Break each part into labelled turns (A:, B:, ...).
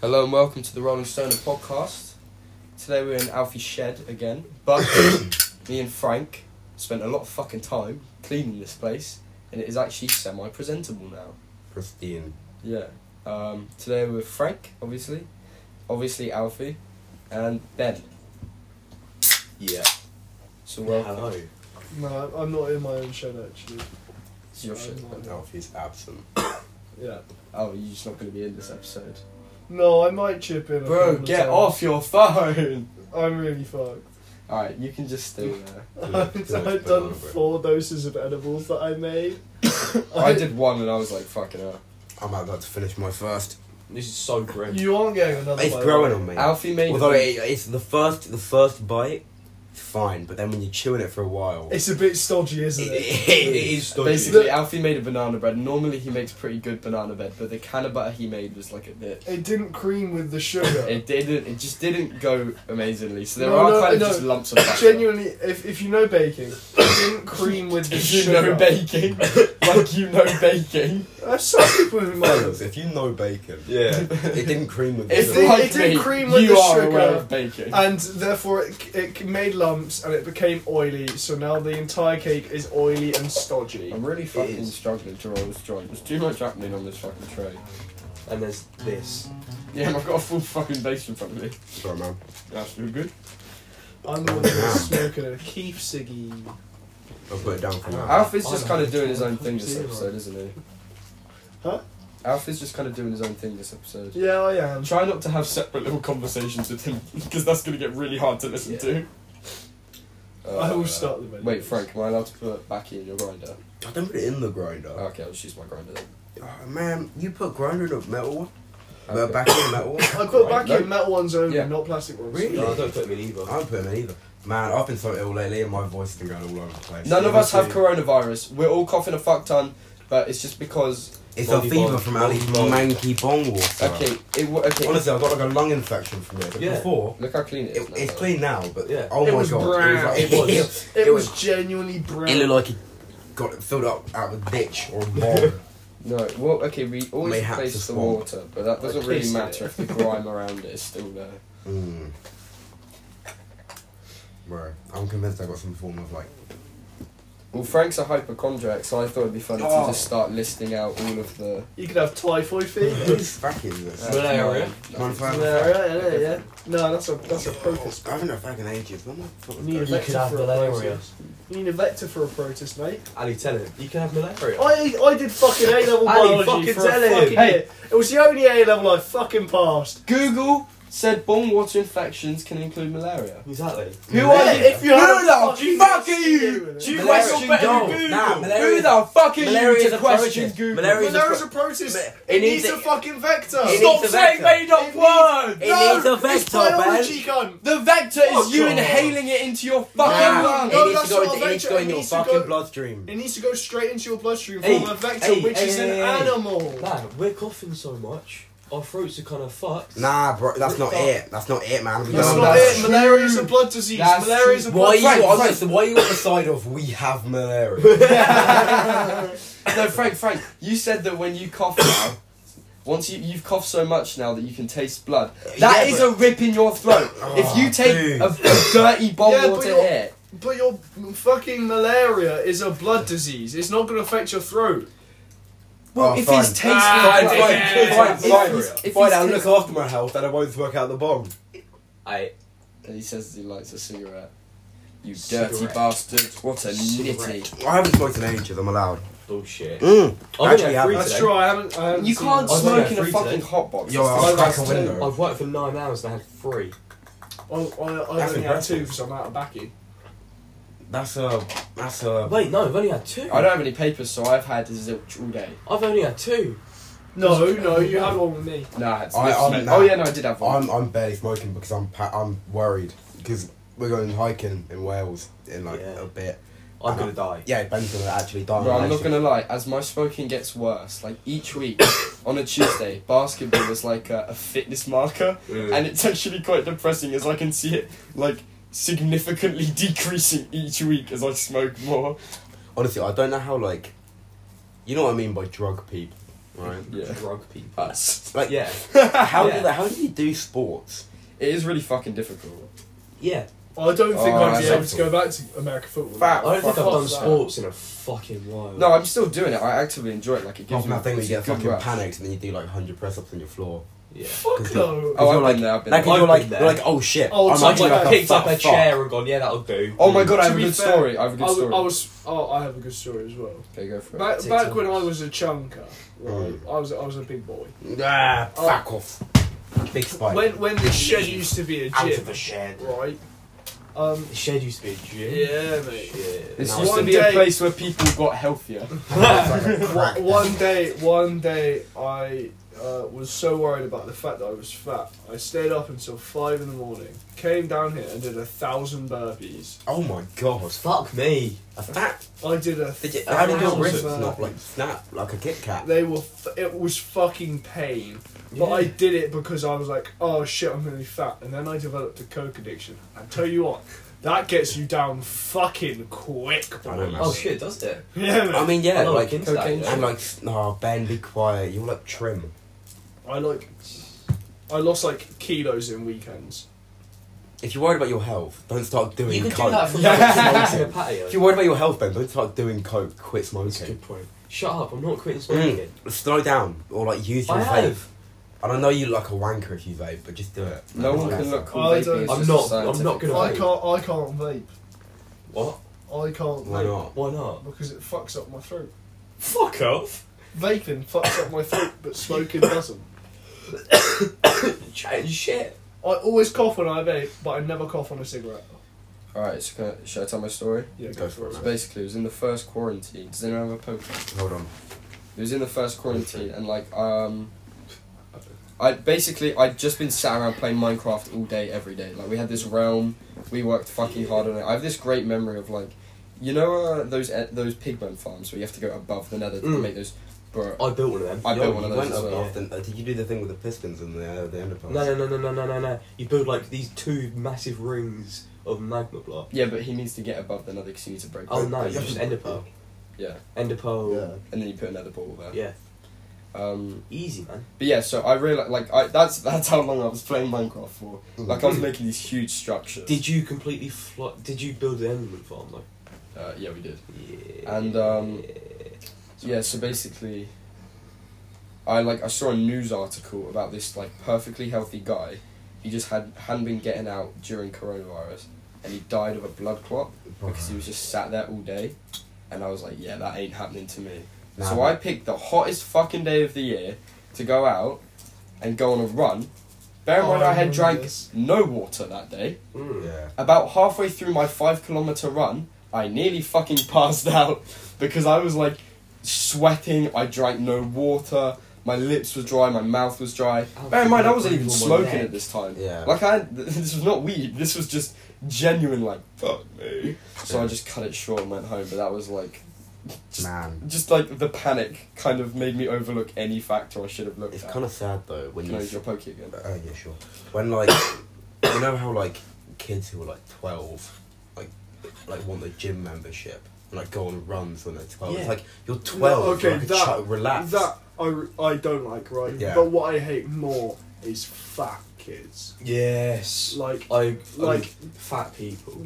A: Hello and welcome to the Rolling Stoner podcast. Today we're in Alfie's shed again, but me and Frank spent a lot of fucking time cleaning this place, and it is actually semi-presentable now.
B: pristine.
A: Yeah. Um, today we're with Frank, obviously, obviously Alfie, and Ben.
B: Yeah.
A: So welcome.
C: No, I'm not in my own shed actually.
A: It's your
C: So
A: shed.
C: I'm not-
B: Alfie's absent.
C: Yeah.
A: Oh, you're just not going to be in this episode,
C: No, I might chip in.
A: bro.
C: upon the
A: Get
C: time.
A: off your phone.
C: I'm really fucked.
A: All right, you can just stay there.
C: I've,
B: Yeah,
C: I've
B: it's
C: done
B: banana bread.
C: four doses of edibles that I made.
A: I did one, and I was like, fucking hell.
B: I'm about to finish my first.
D: This is so grim.
C: You aren't getting another.
B: It's
C: by the
B: growing
C: way.
B: on me.
A: Alfie made.
B: Although it, it's the first, the first bite, it's fine. But then when you're chewing it for a while,
C: It's a bit stodgy,
B: it,
C: isn't it?
B: it- it is dodgy.
A: Basically, Alfie made a banana bread. Normally, he makes pretty good banana bread, but the can of butter he made was like a bit.
C: It didn't cream with the sugar.
A: It didn't. It just didn't go amazingly. So there
C: No,
A: are
C: no,
A: kind of
C: no.
A: just lumps of butter.
C: Genuinely, if, if you know baking, it didn't cream with the
A: If you
C: sugar.
A: know baking, like you know baking.
C: There's some people who might. have-
B: if you know bacon,
D: yeah.
B: it didn't cream with
C: If
A: If
B: the
C: they-
B: sugar.
A: like
C: it didn't
A: me,
C: cream with
A: you
C: the
A: are
C: sugar.
A: aware of baking.
C: And therefore, it, it made lumps and it became oily. So now the entire cake is oily and stodgy.
A: I'm really fucking
D: is.
A: struggling to roll this joint. There's too much happening on this fucking tray.
D: And there's this.
A: Yeah, I've got a full fucking base in front of me.
B: Sorry, man.
A: That's real good.
C: I'm the one that's smoking a Keef Siggy.
B: I'll put it down for now.
A: Alfie's just kind of doing his own thing this episode, isn't he?
C: Huh?
A: Alfie's just kind of doing his own thing this episode.
C: Yeah, I am.
A: Try not to have separate little conversations with him because that's going to get really hard to listen to.
C: I will start the video.
A: Uh, Wait, Frank, am I allowed to put Backy in your grinder?
B: I don't put it in the grinder.
D: Uh.
A: Oh, okay, I'll just use my grinder then.
B: Oh, man, you put grinder in a metal,
A: Okay.
B: but back in metal.
C: I put
A: Right,
C: back
A: no.
C: in metal ones only,
A: Yeah.
C: not plastic ones.
B: Really?
D: No, I don't put them in either.
B: I don't put them in either. Man, I've been so ill lately, and my voice has been going all over the place.
A: None of us have
B: Honestly,
A: coronavirus. We're all coughing a fuck ton, but it's just because.
B: It's a
D: Bobby
B: fever
D: Bong.
B: from Ali's
D: Bobby Bong.
B: manky bong water.
A: Okay, it wa- okay.
B: Honestly, I got like a lung infection from it. But
D: Yeah.
B: Before,
A: look how clean it
B: it,
A: is. now,
B: it's
A: though.
B: clean now, but
D: Yeah.
B: oh
C: It
B: my
C: was
B: god,
C: brown.
B: it was like it was.
C: It,
B: it
C: was, genuinely brown.
B: It looked like it got filled up out of a ditch or a bog.
A: No, well, okay, we always
B: Mayhaps a
A: place the
B: swamp.
A: water, but that doesn't
C: I
A: really
C: tasted
A: matter
C: it.
A: if the grime around it is still there.
B: mm. Bro, I'm convinced I got some form of like.
A: Well, Frank's a hypochondriac, so I thought it'd be funny
B: Oh.
A: to just start listing out all of the.
C: You could have typhoid fever.
B: Who's fucking this?
A: Uh,
D: Malaria.
B: Man,
C: yeah,
B: fuck.
C: yeah, yeah, yeah. No, that's a that's a protist.
B: I haven't had fucking ages. When the fuck
C: You
B: was
C: need a
B: that?
D: could
C: vector
D: have
C: for a
D: malaria.
C: protist. You need a vector for a protist, mate.
D: Ali, tell him. You can have malaria.
C: I I did fucking A level
D: Ali,
C: biology
D: fucking
C: for a
D: tell him.
C: fucking
A: Hey.
C: year. It was the only A level I fucking passed.
A: Google said bong water infections can include malaria.
D: exactly.
A: Who
C: Yeah,
A: are you?
C: if you had
A: Who
C: a
A: the
C: fucking
A: fuck are
C: skill
A: you?
C: in it.
A: Do you
B: Malaria
A: question
B: should
A: better
B: go.
A: than Google?
B: Nah, malaria-
A: Who the fuck are
B: malaria
A: you
B: is
A: to
B: a
A: question
B: protest.
A: Google?
B: Malaria is a
C: Malaria's
B: pro-
C: a protist. It,
B: it
C: needs,
B: needs
C: a
B: a-
C: fucking vector.
B: it
A: Stop
B: needs a
A: saying
B: vector.
A: made up
C: It needs-
A: words!
B: It
C: no,
B: needs a
C: It's
B: vector,
C: biology,
B: man.
C: gun.
A: The vector is
C: Fuck
A: you
C: off.
A: inhaling it into your
C: Nah.
A: fucking
B: Nah,
A: lungs.
C: No,
B: it needs
C: that's
B: to go.
C: not
B: into-
C: a
B: It needs to
C: vector,
B: go
C: it
B: in your
C: needs to
B: fucking
C: go-
B: bloodstream.
C: It needs to go straight into your bloodstream
D: Hey,
C: from a vector,
D: hey,
C: which
D: hey,
C: is
D: hey, hey.
C: an animal.
D: Man, we're coughing so much. Our throats are kind of fucked.
B: Nah, bro, that's not
D: Fuck.
B: it. That's not it, man. We
C: That's
A: No,
B: don't-
C: not
A: that's
C: it. Malaria is a blood disease.
A: That's
C: Malaria is a
B: Why are
C: blood
B: you
A: Frank,
B: on
A: Frank.
B: this? Why are you on the side of we have malaria?
A: No, Frank, Frank, you said that when you cough now, once you, you've coughed so much now that you can taste blood, That
B: Yeah,
A: is
B: but-
A: a rip in your throat. if you take
B: dude.
A: a, a dirty bomb
C: Yeah, but
A: water
C: you're-
A: hit,
C: But your fucking malaria is a blood disease. It's not going to affect your throat.
A: well,
B: Oh,
A: if
B: fine.
A: he's tasting
C: Ah,
A: blood,
C: fine,
A: if-
C: fine,
A: if
B: fine.
A: he's- if
B: Fine,
A: he's
B: I'll look
A: tasting-
B: after my health and I won't work out the bomb.
D: I.
A: And he says he likes a cigarette. You dirty
D: Cigarette.
A: bastard! What a
D: Cigarette.
A: nitty!
B: I haven't smoked in ages, I'm allowed.
D: Bullshit.
B: Mm.
D: I've
B: Actually,
D: been out free
B: I-
C: That's
D: today.
C: true. I haven't. I haven't
A: You
C: seen
A: can't
C: that.
D: I've
A: smoke
D: got
A: in a
D: three
A: fucking
D: today.
A: hot box.
B: Yo,
A: That's
B: I'll crack a
A: disgusting.
B: window.
D: I've worked for nine hours and I had three.
C: Oh, I, I
B: That's
C: only had
B: impressive.
C: two because I'm out of backy.
B: That's a. That's a.
D: Wait, no, I've only had two.
A: I don't have any papers, so I've had zilch all day.
D: I've only had two.
C: No, no, you had one with me.
A: Nah, it's
B: I- I'm-
A: oh yeah, no, I did have one.
B: I'm I'm barely smoking because I'm pa- I'm worried because we're going hiking in Wales in like
D: Yeah.
B: a bit.
D: I'm gonna die.
B: Yeah, Ben's gonna actually die.
A: Bro, I'm not
B: actually.
A: gonna lie. As my smoking gets worse, like each week on a Tuesday, basketball is like a, a fitness marker, and it's actually quite depressing as I can see it like significantly decreasing each week as I smoke more.
B: Honestly, I don't know how like. You know what I mean by drug people. right?
A: Yeah.
D: Drug people.
A: Us.
B: Like,
D: Yeah.
B: how
D: Yeah.
B: do they, how do you do sports?
A: It is really fucking difficult.
D: Yeah.
C: I don't think
A: Oh,
C: I'd be
A: that's
C: able to go back to American football.
B: Fat.
D: I don't think I've
B: Fuck
D: done
B: off,
D: sports in a fucking while.
A: No, I'm still doing it. I actively enjoy it. Like it
B: Apart
A: gives
B: from
A: me
B: that thing where you get
A: good
B: fucking
A: rush.
B: panicked and then you do like 100 press ups on your floor.
D: Yeah.
C: Fuck
B: Cause
C: no.
A: Oh,
B: If
A: I've
B: you're
A: been there. I've been
B: Like
A: there.
B: you're
D: I've
B: like
D: been there.
B: you're like oh shit.
C: Oh,
B: I'm
C: so
B: actually
C: like
B: like,
D: picked
B: a
D: up a
B: fat
D: chair and gone, yeah, that'll do.
A: Oh my god, I
C: To
A: have a
C: be
A: good
C: fair,
A: story. I have a
C: I
A: good
C: was,
A: story.
C: I was. Oh, I have a good story as well.
A: Okay, go for it.
C: Back,
D: Take
C: back
D: some.
C: when I was a chunker, right,
B: Mm.
C: I was I was a big boy.
B: fuck. Ah,
C: Oh.
B: fuck off. Big spike.
C: When when the shed used to be a
B: out of
C: gym,
B: the shed.
C: right? Um,
D: The shed used to be a gym.
C: Yeah, mate.
D: Shit.
A: This
B: Now
A: used to
C: one
A: be a
C: day-
A: place where people got healthier.
C: one, one day, one day, I uh, was so worried about the fact that I was fat. I stayed up until five in the morning, came down here and did a thousand burpees.
B: Oh my god.
D: Fuck me.
B: A fat.
C: I did a.
B: Did you, how did your
C: thousand
B: wrists
C: burpees.
B: not like snap like a Kit Kat?
C: They were. F- it was fucking pain. But I did it because I was like, oh shit, I'm gonna be fat. And then I developed a coke addiction. I tell you what, that gets you down fucking quick,
B: I
C: bro.
B: don't know.
D: Oh shit, does it?
C: Yeah, man.
B: I mean, yeah,
D: I don't
B: like
D: look into that,
A: cocaine.
D: yeah.
B: and like s- nah, Ben, be quiet. You look trim.
C: I like. I lost like kilos in weekends.
B: If you're worried about your health, don't start doing
D: You can
B: coke.
D: do that from
B: Quit
D: yeah.
B: smoking.
D: a patio.
B: if you're worried about your health, Ben, don't start doing coke. Quit
D: That's a
B: smoking.
D: good point. Shut up, I'm not quitting smoking.
B: Mm, slow down or like use your
D: I
B: vape.
D: have.
B: And I know you look a wanker if you vape, but just do it.
A: No
B: That's
A: one can
B: better.
A: look cool.
C: Oh, I
A: vaping,
C: don't-
A: it's
D: I'm
A: just
D: not-
A: a scientific
D: I'm not gonna
A: fact.
C: I can't. I can't vape.
D: What?
C: I can't
B: Why
C: vape
B: not?
D: Why not?
C: because it fucks up my throat.
D: Fuck off.
C: Vaping fucks up my throat, but smoking doesn't.
D: Chatting shit.
C: I always cough when I vape, but I never cough on a cigarette.
A: Alright, so can I, should I tell my story?
C: Yeah,
B: Go for it,
A: So
B: man.
A: basically, it was in the first quarantine. Does anyone have a Pokemon?
B: Hold on.
A: It was in the first quarantine, and like, um. I basically I'd just been sat around playing Minecraft all day every day. Like we had this realm, we worked fucking hard on it. I have this great memory of like, you know uh, those e- those pigmen farms where you have to go above the Nether to
D: Mm.
A: make those. Bro,
D: I built one of them.
A: I
B: Yo,
A: built one of
B: you
A: those
B: went
A: as well.
B: above the- uh, did you do the thing with the pistons and the uh, the underpass?
D: No, no, no, no, no, no, no, no. You build like these two massive rings of magma block.
A: Yeah, but he needs to get above the Nether because you need to break.
D: Oh
A: it.
D: no, you just ender pearl.
A: Yeah,
D: Ender pearl.
A: and then you put another ball there.
D: Yeah.
A: Um,
D: Easy man.
A: but yeah, so I realized like I that's that's how long I was playing Minecraft for. Like I was making these huge structures.
D: Mm. Did you completely fly? Did you build the enderman farm though?
A: Uh, yeah, we did.
D: Yeah.
A: And, um, Yeah, so basically, I like I saw a news article about this like perfectly healthy guy. He just had hadn't been getting out during coronavirus, and he died of a blood clot because he was just sat there all day. And I was like, yeah, that ain't happening to me.
B: Nah,
A: so
B: man.
A: I picked the hottest fucking day of the year to go out and go on a run. Bear in
C: Oh,
A: mind,
C: I
A: I had
C: remember
A: drank
C: this.
A: no water that day.
D: Mm.
B: Yeah.
A: About halfway through my five kilometer run, I nearly fucking passed out because I was like sweating. I drank no water. My lips were dry. My mouth was dry.
D: Oh,
A: Bear in mind, I
D: you
A: wasn't even
D: breathed on my
A: smoking
D: leg.
A: at this time.
B: Yeah.
A: Like I, this was not weed. This was just genuine. Like fuck me. So I just cut it short and went home. But that was like, just,
B: Man.
A: just like the panic kind of made me overlook any factor I should have looked
B: It's
A: at.
B: kind of sad though when
A: Can I
B: you
A: use your pokey again?
B: Oh yeah, sure. When like you know how like kids who are like twelve, like like want the gym membership and like go on runs when they're twelve. It's
D: Yeah.
B: like you're twelve,
C: No, okay,
B: you're like a
C: that-
B: child, relax.
C: That I, re- I don't like, right?
B: Yeah.
C: But what I hate more is fat kids.
D: Yes.
C: Like,
D: I
C: Like-
D: like fat people.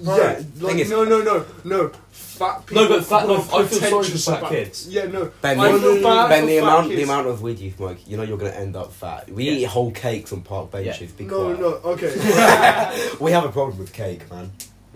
C: yeah, like
B: Thing is-
C: no, no, no, no. Fat people.
D: No, but fat-
C: who are
D: no, I feel sorry
C: pretentious
D: for fat
C: about-
D: kids.
C: Yeah, no.
B: Ben,
C: I
B: the-
C: feel bad
B: ben,
C: for
B: the
C: fat
B: amount
C: kids.
B: the amount of weed you smoke, you know you're gonna end up fat. We
D: Yeah.
B: eat whole cakes on park benches. Be
C: No,
B: quiet.
C: no, okay.
B: We have a problem with cake, man.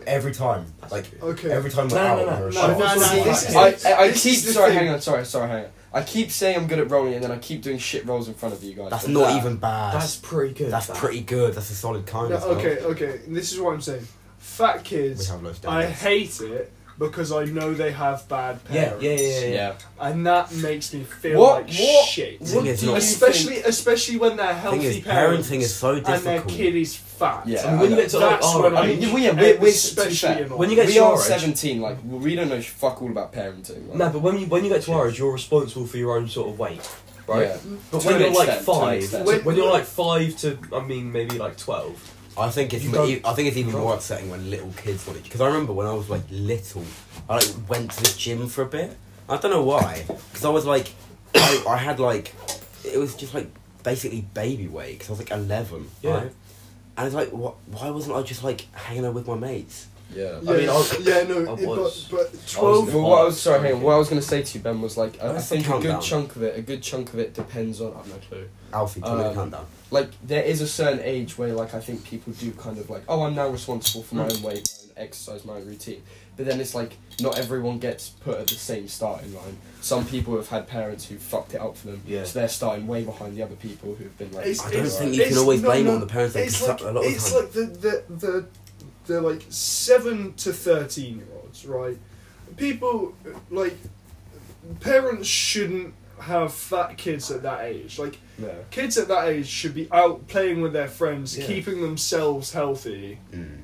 B: Every time,
D: That's
B: like
D: true.
C: Okay.
B: every time we're
D: No, no,
B: out,
D: no,
B: we're a
D: no,
B: shot.
C: no, no,
B: Like,
C: this is-
A: I, I, I
C: This
A: keep
C: is the
A: sorry,
C: thing.
A: hang on, sorry, sorry, hang on. I keep saying I'm good at rolling, and then I keep doing shit rolls in front of you guys.
B: that's
A: Like
B: not
A: that.
B: even bad. That's,
D: That's pretty good. that.
B: pretty good. That's a solid kind.
C: No,
B: as well.
C: okay, okay. and This is what I'm saying. Fat
B: We
C: kids,
B: have low
C: I
B: standards.
C: hate it because I know they have bad
D: Yeah,
C: parents.
D: yeah, yeah, yeah. yeah.
A: Yeah.
C: And that makes me feel
A: What-
C: like
A: what-
C: shit.
B: Thing is,
A: do
B: not-
A: you
C: especially,
A: think-
C: especially when they're
B: Thing
C: healthy
B: is,
C: parents
B: parenting is so
C: and their
B: difficult.
C: kid is fat.
A: Yeah.
D: I mean, when you get to like,
C: That's
D: oh,
C: when
A: I
D: I
A: mean,
D: mean,
A: we, yeah, we, we're,
C: Especially
A: especially
C: in
D: when you get
A: we
D: to
A: are
D: our age-
A: 17, like, we don't know fuck all about parenting. Like.
D: no, but when you when you get to our age, you're responsible for your own sort of weight, right?
A: Yeah.
B: Mm-hmm.
D: But
A: To
D: when
A: an
D: you're like
A: extent, to an
D: five,
A: extent.
D: when, when you're like five to, I mean, maybe like twelve.
B: I think it's
D: You
B: ma-
D: don't-
B: e- I think it's even more upsetting when little kids want it because I remember when I was like little, I like went to the gym for a bit. I don't know why because I was like I, I had like, it was just like basically baby weight because I was like eleven,
D: Yeah.
B: right? And it's like, what? Why wasn't I just like hanging out with my mates?
A: Yeah.
D: I mean, I was-
C: yeah, no,
D: I
C: it-
D: was-
C: but, but twelve.
A: Well, what I was sorry, hang on, what I was going to say to you, Ben, was like I, I
B: That's the
A: think a good
B: countdown.
A: chunk of it, a good chunk of it depends on I have no clue.
B: Alfie, tell me the
A: Um,
B: countdown.
A: Like there is a certain age where like I think people do kind of like oh I'm now responsible for my own weight, my own exercise, my own routine. But then it's like not everyone gets put at the same starting line. Some people have had parents who fucked it up for them,
D: Yeah.
A: so they're starting way behind the other people who've been like.
C: It's-
B: I don't
C: it's-
B: think
A: "Alright."
B: you
C: it's-
B: can always
C: no,
B: blame it
C: no,
B: on the parents. They
C: It's
B: suck
C: like,
B: a lot of
C: it's
B: time.
C: like the, the the the like seven to thirteen year olds, right? People like parents shouldn't have fat kids at that age. Like
A: No.
C: kids at that age should be out playing with their friends,
D: Yeah.
C: keeping themselves healthy,
B: Mm,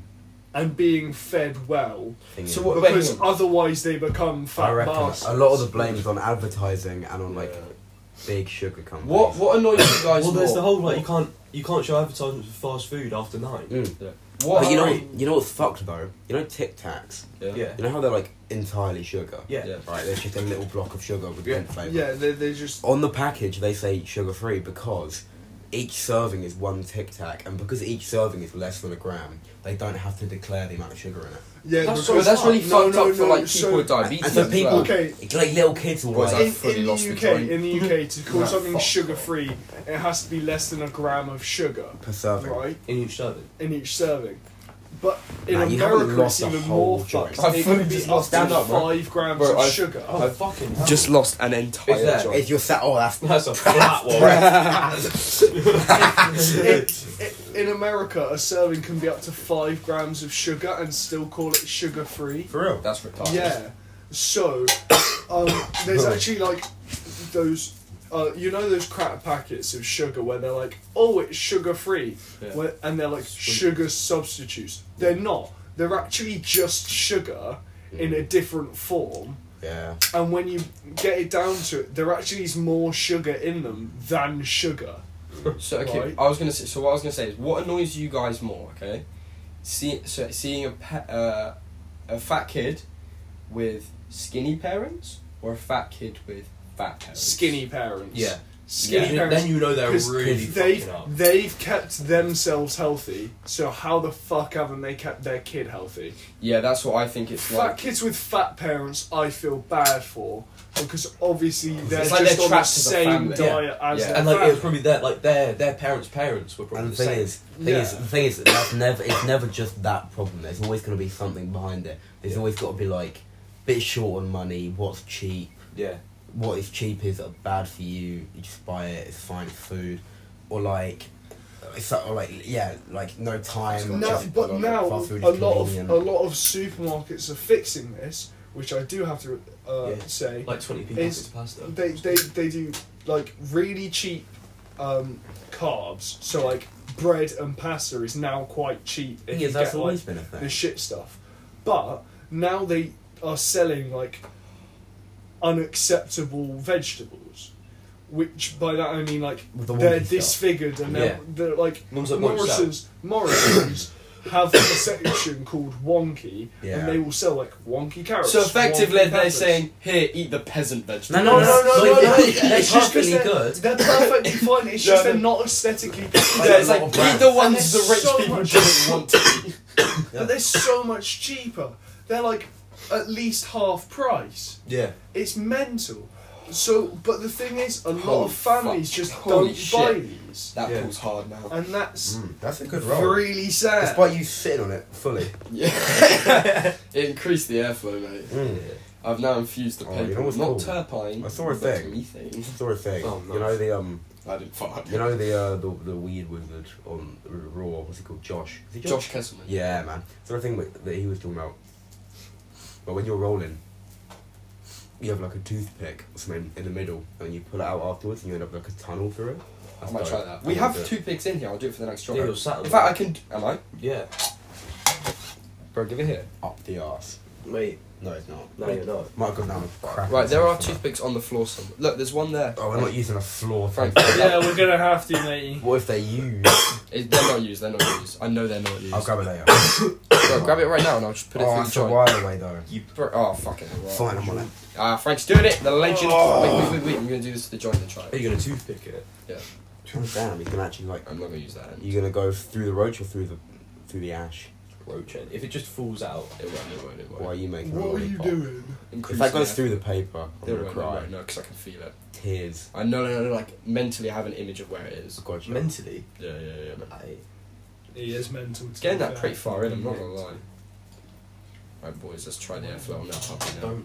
C: and being fed well.
B: thing
A: So
B: is-
A: what- But wait,
C: Because
A: hang on.
C: otherwise they become
B: I
C: fat
B: reckon
C: bastards.
B: a lot of the blame is on advertising and on like
A: Yeah.
B: big sugar companies.
A: What what annoys you guys
D: Well,
A: more?
D: there's the whole like you can't you can't show advertisements for fast food after nine.
B: Mm.
A: What
B: But you know,
A: annoys-
B: you know what's fucked though. You know Tic Tacs.
A: Yeah.
D: Yeah.
B: You know how they're like entirely sugar.
D: Yeah.
A: Yeah.
B: Right. There's just a little block of sugar with
D: Yeah.
B: mint flavour.
C: yeah, they they just
B: On the package, they say sugar free because each serving is one Tic Tac, and because each serving is less than a gram, they don't have to declare the amount of sugar in it.
C: yeah.
D: That's
A: So
C: because-
A: that's really
C: no,
A: fucked
C: no,
A: up for
C: no,
A: like people
C: so-
A: with diabetes.
B: And so
A: as
B: people-
A: well.
C: Okay,
B: It's Like little kids will
A: Boys,
B: like.
A: I've
C: in,
A: fully
C: in
A: lost
C: the
A: the
C: UK,
A: joint.
C: in the UK, to call
B: No,
C: something
B: fuck.
C: sugar free, it has to be less than a gram of sugar,
B: Per serving.
C: right,
D: In each serving.
C: in each serving. But in
B: Nah, you haven't
C: America, it's
B: lost a
C: even
B: whole
C: more
B: joint.
C: fucked.
A: I've
C: It
A: fully
C: could be
A: just
C: up
A: lost- stand
C: to
A: up, bro.
C: five grams
A: Bro,
C: of
A: I've-
C: sugar.
D: Oh fucking hell.
A: Just lost an
D: Is
A: entire
D: that-
A: job.
B: It's your set. Oh, that's
D: that's a flat one.
C: It- it- in America, a serving can be up to five grams of sugar and still call it sugar free.
B: for real.
A: That's retarded.
C: Yeah. So, um, there's actually like those, uh, you know, those crap packets of sugar where they're like, oh, it's sugar free,
A: Yeah. Mm.
C: where and they're like sugar substitutes. They're not. They're actually just sugar in
A: Mm.
C: a different form.
B: Yeah.
C: And when you get it down to it, there actually is more sugar in them than sugar.
A: So okay,
C: Right.
A: I was gonna say. So what I was gonna say is, what annoys you guys more? Okay, see, so seeing a pe- uh, a fat kid with skinny parents, or a fat kid with fat parents.
C: Skinny parents.
A: Yeah.
C: Skinny
A: Yeah.
C: parents.
D: then you know they're
C: 'Cause
D: really
C: they've,
D: fucking up.
C: they've kept themselves healthy, so how the fuck haven't they kept their kid healthy?
A: Yeah, that's what I think it's
C: fat
A: like.
C: kids with fat parents, I feel bad for because obviously they're
A: like
C: just
A: they're
C: on the
A: trapped as a
C: same
A: family.
C: diet as
A: Yeah.
C: their
D: And like it was
C: family.
D: probably their like their their parents' parents were probably
B: And the
D: the
B: thing
D: same.
B: is, thing is,
C: Yeah.
B: the thing is, that's never. It's never just that problem. There's always going to be something behind it. There's always got to be like, bit short on money. What's cheap?
D: yeah.
B: What is cheap is bad for you. You just buy it. It's fine food, or like, it's like, or like yeah, like no time.
C: Now-
B: just put
C: but
B: on
C: now
B: fast food is
C: a lot of
B: convenient.
C: a lot of supermarkets are fixing this, which I do have to uh,
D: Yeah.
C: say.
D: Like twenty p
C: It's-
D: packets of pasta.
C: they they they do like really cheap um, carbs. So like bread and pasta is now quite cheap.
B: The
C: If
B: thing
C: you
B: is, that's
C: get,
B: always
C: like,
B: been a thing.
C: the shit stuff, but now they are selling like unacceptable vegetables. Which by that I mean like
B: With the
C: they're
B: wonky stuff.
C: disfigured and they're,
D: Yeah.
C: they're like
D: Ones that won't sell.
C: Morrison's Morrison's have a section called wonky
B: Yeah.
C: and they will sell like wonky carrots.
A: So effectively,
C: wonky
A: they're
C: peppers.
A: saying, "Here, eat the peasant vegetable."
B: No, no, no, no, no, no,
C: It's just 'cause
B: perfectly
C: they're,
B: good.
C: They're perfectly fine. It's
A: Yeah,
C: just they're
A: they're-
C: not aesthetically.
A: Yeah, it's
B: a
A: like
B: lot of
A: eat
B: brands.
A: the ones
C: And
A: the rich
C: there's so
A: people
C: much-
A: don't want to eat.
C: but they're so much cheaper. They're like at least half price.
D: yeah.
C: It's mental. So, but the thing is, a lot
A: Holy
C: of families
A: fuck.
C: just
A: Holy
C: don't
A: shit.
C: buy these,
A: That
D: Yeah.
A: pulls hard now.
C: and that's
B: Mm, that's a good roll.
C: really sad.
B: Despite you sitting on it fully.
A: Yeah, it increased the airflow, mate.
B: Mm.
A: I've now infused the
B: Oh,
A: paper.
B: you know what's
A: not
B: cool?
A: turpine.
B: I saw a
A: but
B: thing.
A: methane.
B: Sort of thing.
D: Oh,
B: You know
D: nice.
B: the um.
A: I didn't fuck.
B: You know the uh, the the weed wizard on Raw. What's he called? Josh. Is he
A: Josh Kesselman.
B: Yeah, man. Sort of thing with- that he was talking about. But when you're rolling, you have like a toothpick or something in the middle, and you pull it out afterwards, and you end up like a tunnel through it.
A: I
B: That's
A: might
B: dope.
A: try that. We
B: I'm
A: have
B: gonna do
A: two pigs in here. I'll do it for the next job.
D: Yeah,
A: In
D: you're sat on
A: fact, I
D: it.
A: can. Am I?
D: Yeah.
A: Bro, give it here.
B: it. up the arse.
D: Mate,
B: No, it's not.
D: no you're not.
B: Might have gone down a crack.
A: Right, there are
B: somewhere.
A: toothpicks on the floor somewhere. Look, there's one there.
B: Oh, we're not using a floor.
A: Frank.
B: thing.
C: yeah, we're gonna have to, matey.
B: What if they use?
A: It, they're not used. They're not used. I know they're not used.
B: I'll grab it later.
A: Bro, grab it right now and I'll just put it through the
B: oh, that's a
A: joint.
B: while away though.
A: You bro, oh fucking.
B: Fine, I'm on it.
A: Ah, Frank's doing it. The legend.
C: Oh.
A: Wait, wait, wait, wait. I'm gonna do this to the joint and try
D: Are
A: it.
D: you gonna toothpick it?
B: Damn, you can actually like.
A: I'm not gonna use that. End.
B: You gonna go through the roach or through the through the ash?
D: Roach end. If it just falls out,
A: It won't. It won't. It won't.
B: Why are you making? a
C: What are you
B: lollipop?
C: doing?
B: If
A: Increase
B: that goes
A: there.
B: through the paper, I'm
A: It
B: gonna
A: won't. It
B: cry.
A: won't. No, because I can feel it.
B: Tears.
A: I know, no, no, like mentally, I have an image of where it is.
B: Gotcha.
D: mentally,
A: Yeah, yeah, yeah. man.
D: I
C: He is mental.
A: It's getting that pretty far in. I'm not gonna lie. Right, boys, let's try the airflow on that puppy now.
D: don't.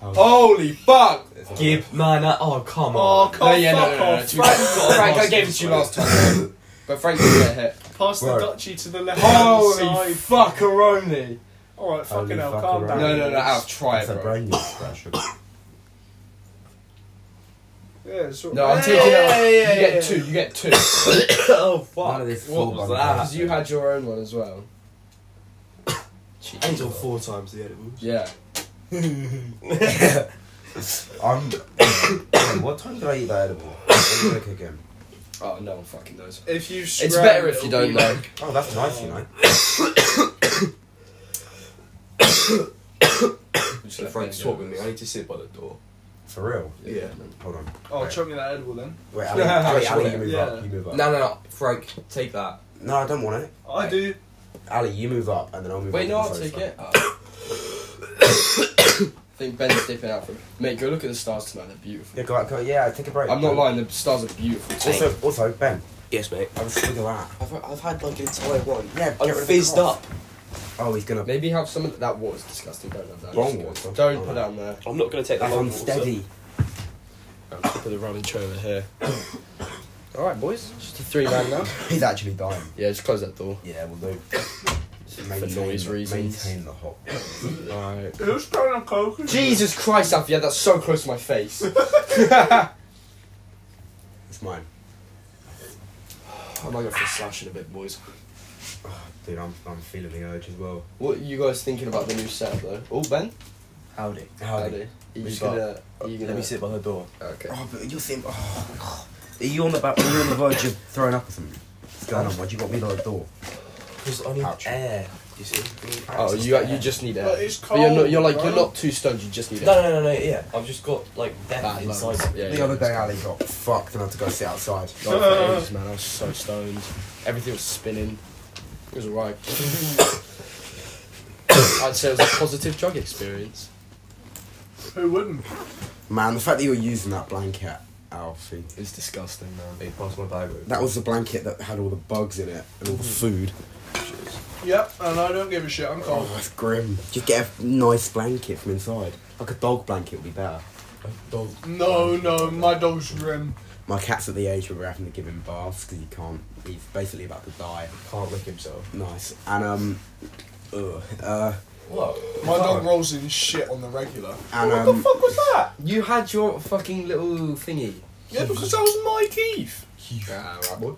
A: Holy fuck!
B: It's not
D: Give man, that- oh come
C: Oh,
D: on.
C: come
A: no, yeah, no,
C: fuck
A: no, no, no,
C: off,
A: to-
C: Frank.
A: Frank, I gave it to you last time. but Frank didn't get hit.
C: Pass the
B: Right.
C: duchy to the left.
A: Holy fuckaroni!
C: All right, fucking
B: Holy
C: hell,
B: fuck,
C: calm
B: alright.
C: down.
A: No, no, no, I'll try it,
B: That's a
A: bro.
B: brain expression.
C: Yeah, it's all-
A: No, I'm taking
C: Hey,
A: it. out.
C: hey,
A: You
C: hey, hey.
A: get two, you get two.
D: oh fuck!
B: None of this
D: what
B: full
D: was
B: bun
D: that?
B: guys.
A: Because you had your own one as well.
D: Eight or four times the edible.
A: Yeah.
B: I'm. Damn, what time did I eat that edible? Let me look again.
A: Oh, no one fucking knows.
C: If you
A: It's
C: scram,
A: better if you
C: it'll
A: don't
C: be
A: know.
C: like-
B: Oh, that's nice, you know.
A: Just
D: So
A: let
D: Frank's
A: Ben
D: talking
A: go.
D: me. I need to sit by the door.
B: For real.
D: Yeah.
B: Hold on.
C: Oh,
B: Right.
C: chuck me that edible then.
B: Wait, Ali, Ali, Ali, you move
C: Yeah.
B: up. You move up.
D: No, no, no, Frank, take that.
B: No, I don't want it.
C: I do.
B: Ali, you move up, and then I'll move.
A: Wait,
B: up
A: no,
B: to the
A: I'll
B: sofa.
A: take it. Oh. I think Ben's dipping out from. Mate, go look at the stars tonight. They're beautiful.
B: Yeah, go, go. Yeah, take a break.
A: I'm not lying. The stars are beautiful. tonight.
B: Also, also, Ben,
D: Yes, mate.
B: have a swig of that.
D: I've, I've had like an entire
B: Oh,
D: one.
B: Yeah, get rid
D: I'm
B: of the
D: fizzed
B: cough.
D: up.
B: Oh, he's gonna.
A: Maybe have some of that water's disgusting. Don't have that.
B: Wrong
A: Just go-
B: water?
A: Don't
B: Oh,
A: put
B: no.
A: that on there.
D: I'm not gonna take
B: That's
D: that one.
B: unsteady.
A: Put the running show over here. All right, boys. Just a three man now.
B: He's actually dying.
A: Yeah, just close that door.
B: Yeah, we'll do.
A: noise
B: the,
A: reasons.
B: Maintain the hot.
A: All right.
C: Who's throwing on coke?
A: Jesus Christ, Alfie, yeah, that's so close to my face.
B: It's mine,
A: I might go for a slash in a bit, boys.
B: dude. I'm, I'm feeling the urge as well.
A: What are you guys thinking about the new set, though? Oh, Ben?
D: Howdy.
A: Howdy. Are you
D: We've
A: just gonna, are you gonna...
D: Let me sit by the door.
A: Okay.
B: Oh, but you're seeing. Oh, God. Are you on the back? Are you on the verge of throwing up or something? What's going on? Why'd you got me by the door?
D: Because I need
B: Ouch.
D: air. You see. I need
A: Oh,
D: access
A: you
D: to
A: you
D: air.
A: just need air.
C: But it's
A: But you're not, you're
C: cold,
A: like you're
C: bro.
A: not too stoned. You just need
D: No,
A: air.
D: no, no, no. Yeah, I've just got like death
A: Bad lungs.
D: inside.
A: Yeah,
B: the
A: yeah,
B: other
A: it's
B: day, Ali got fucked and had to go sit outside.
A: cold. Like, for ages, man, I was so stoned. Everything was spinning. It was alright. I'd say it was a positive drug experience.
C: Who wouldn't?
B: Man, the fact that you were using that blanket, Alfie.
A: It's disgusting, man.
D: Hey, pass my bag over.
B: That was the blanket that had all the bugs in it and all the
A: Mm-hmm.
B: food.
C: Yep, and I don't give a shit. I'm
B: Oh,
C: cold.
B: that's grim. Just get a nice blanket from inside. Like a dog blanket would be better.
D: Dog.
C: No, no, my dog's grim.
B: My cat's at the age where we're having to give him baths because he can't. He's basically about to die.
D: Can't lick himself.
B: Nice. And um, ugh, uh,
D: What?
C: My dog rolls in shit on the regular.
B: and
C: What the
B: um,
C: fuck was that?
A: You had your fucking little thingy.
C: Yeah, because that was my teeth.
A: Ah, right, boy.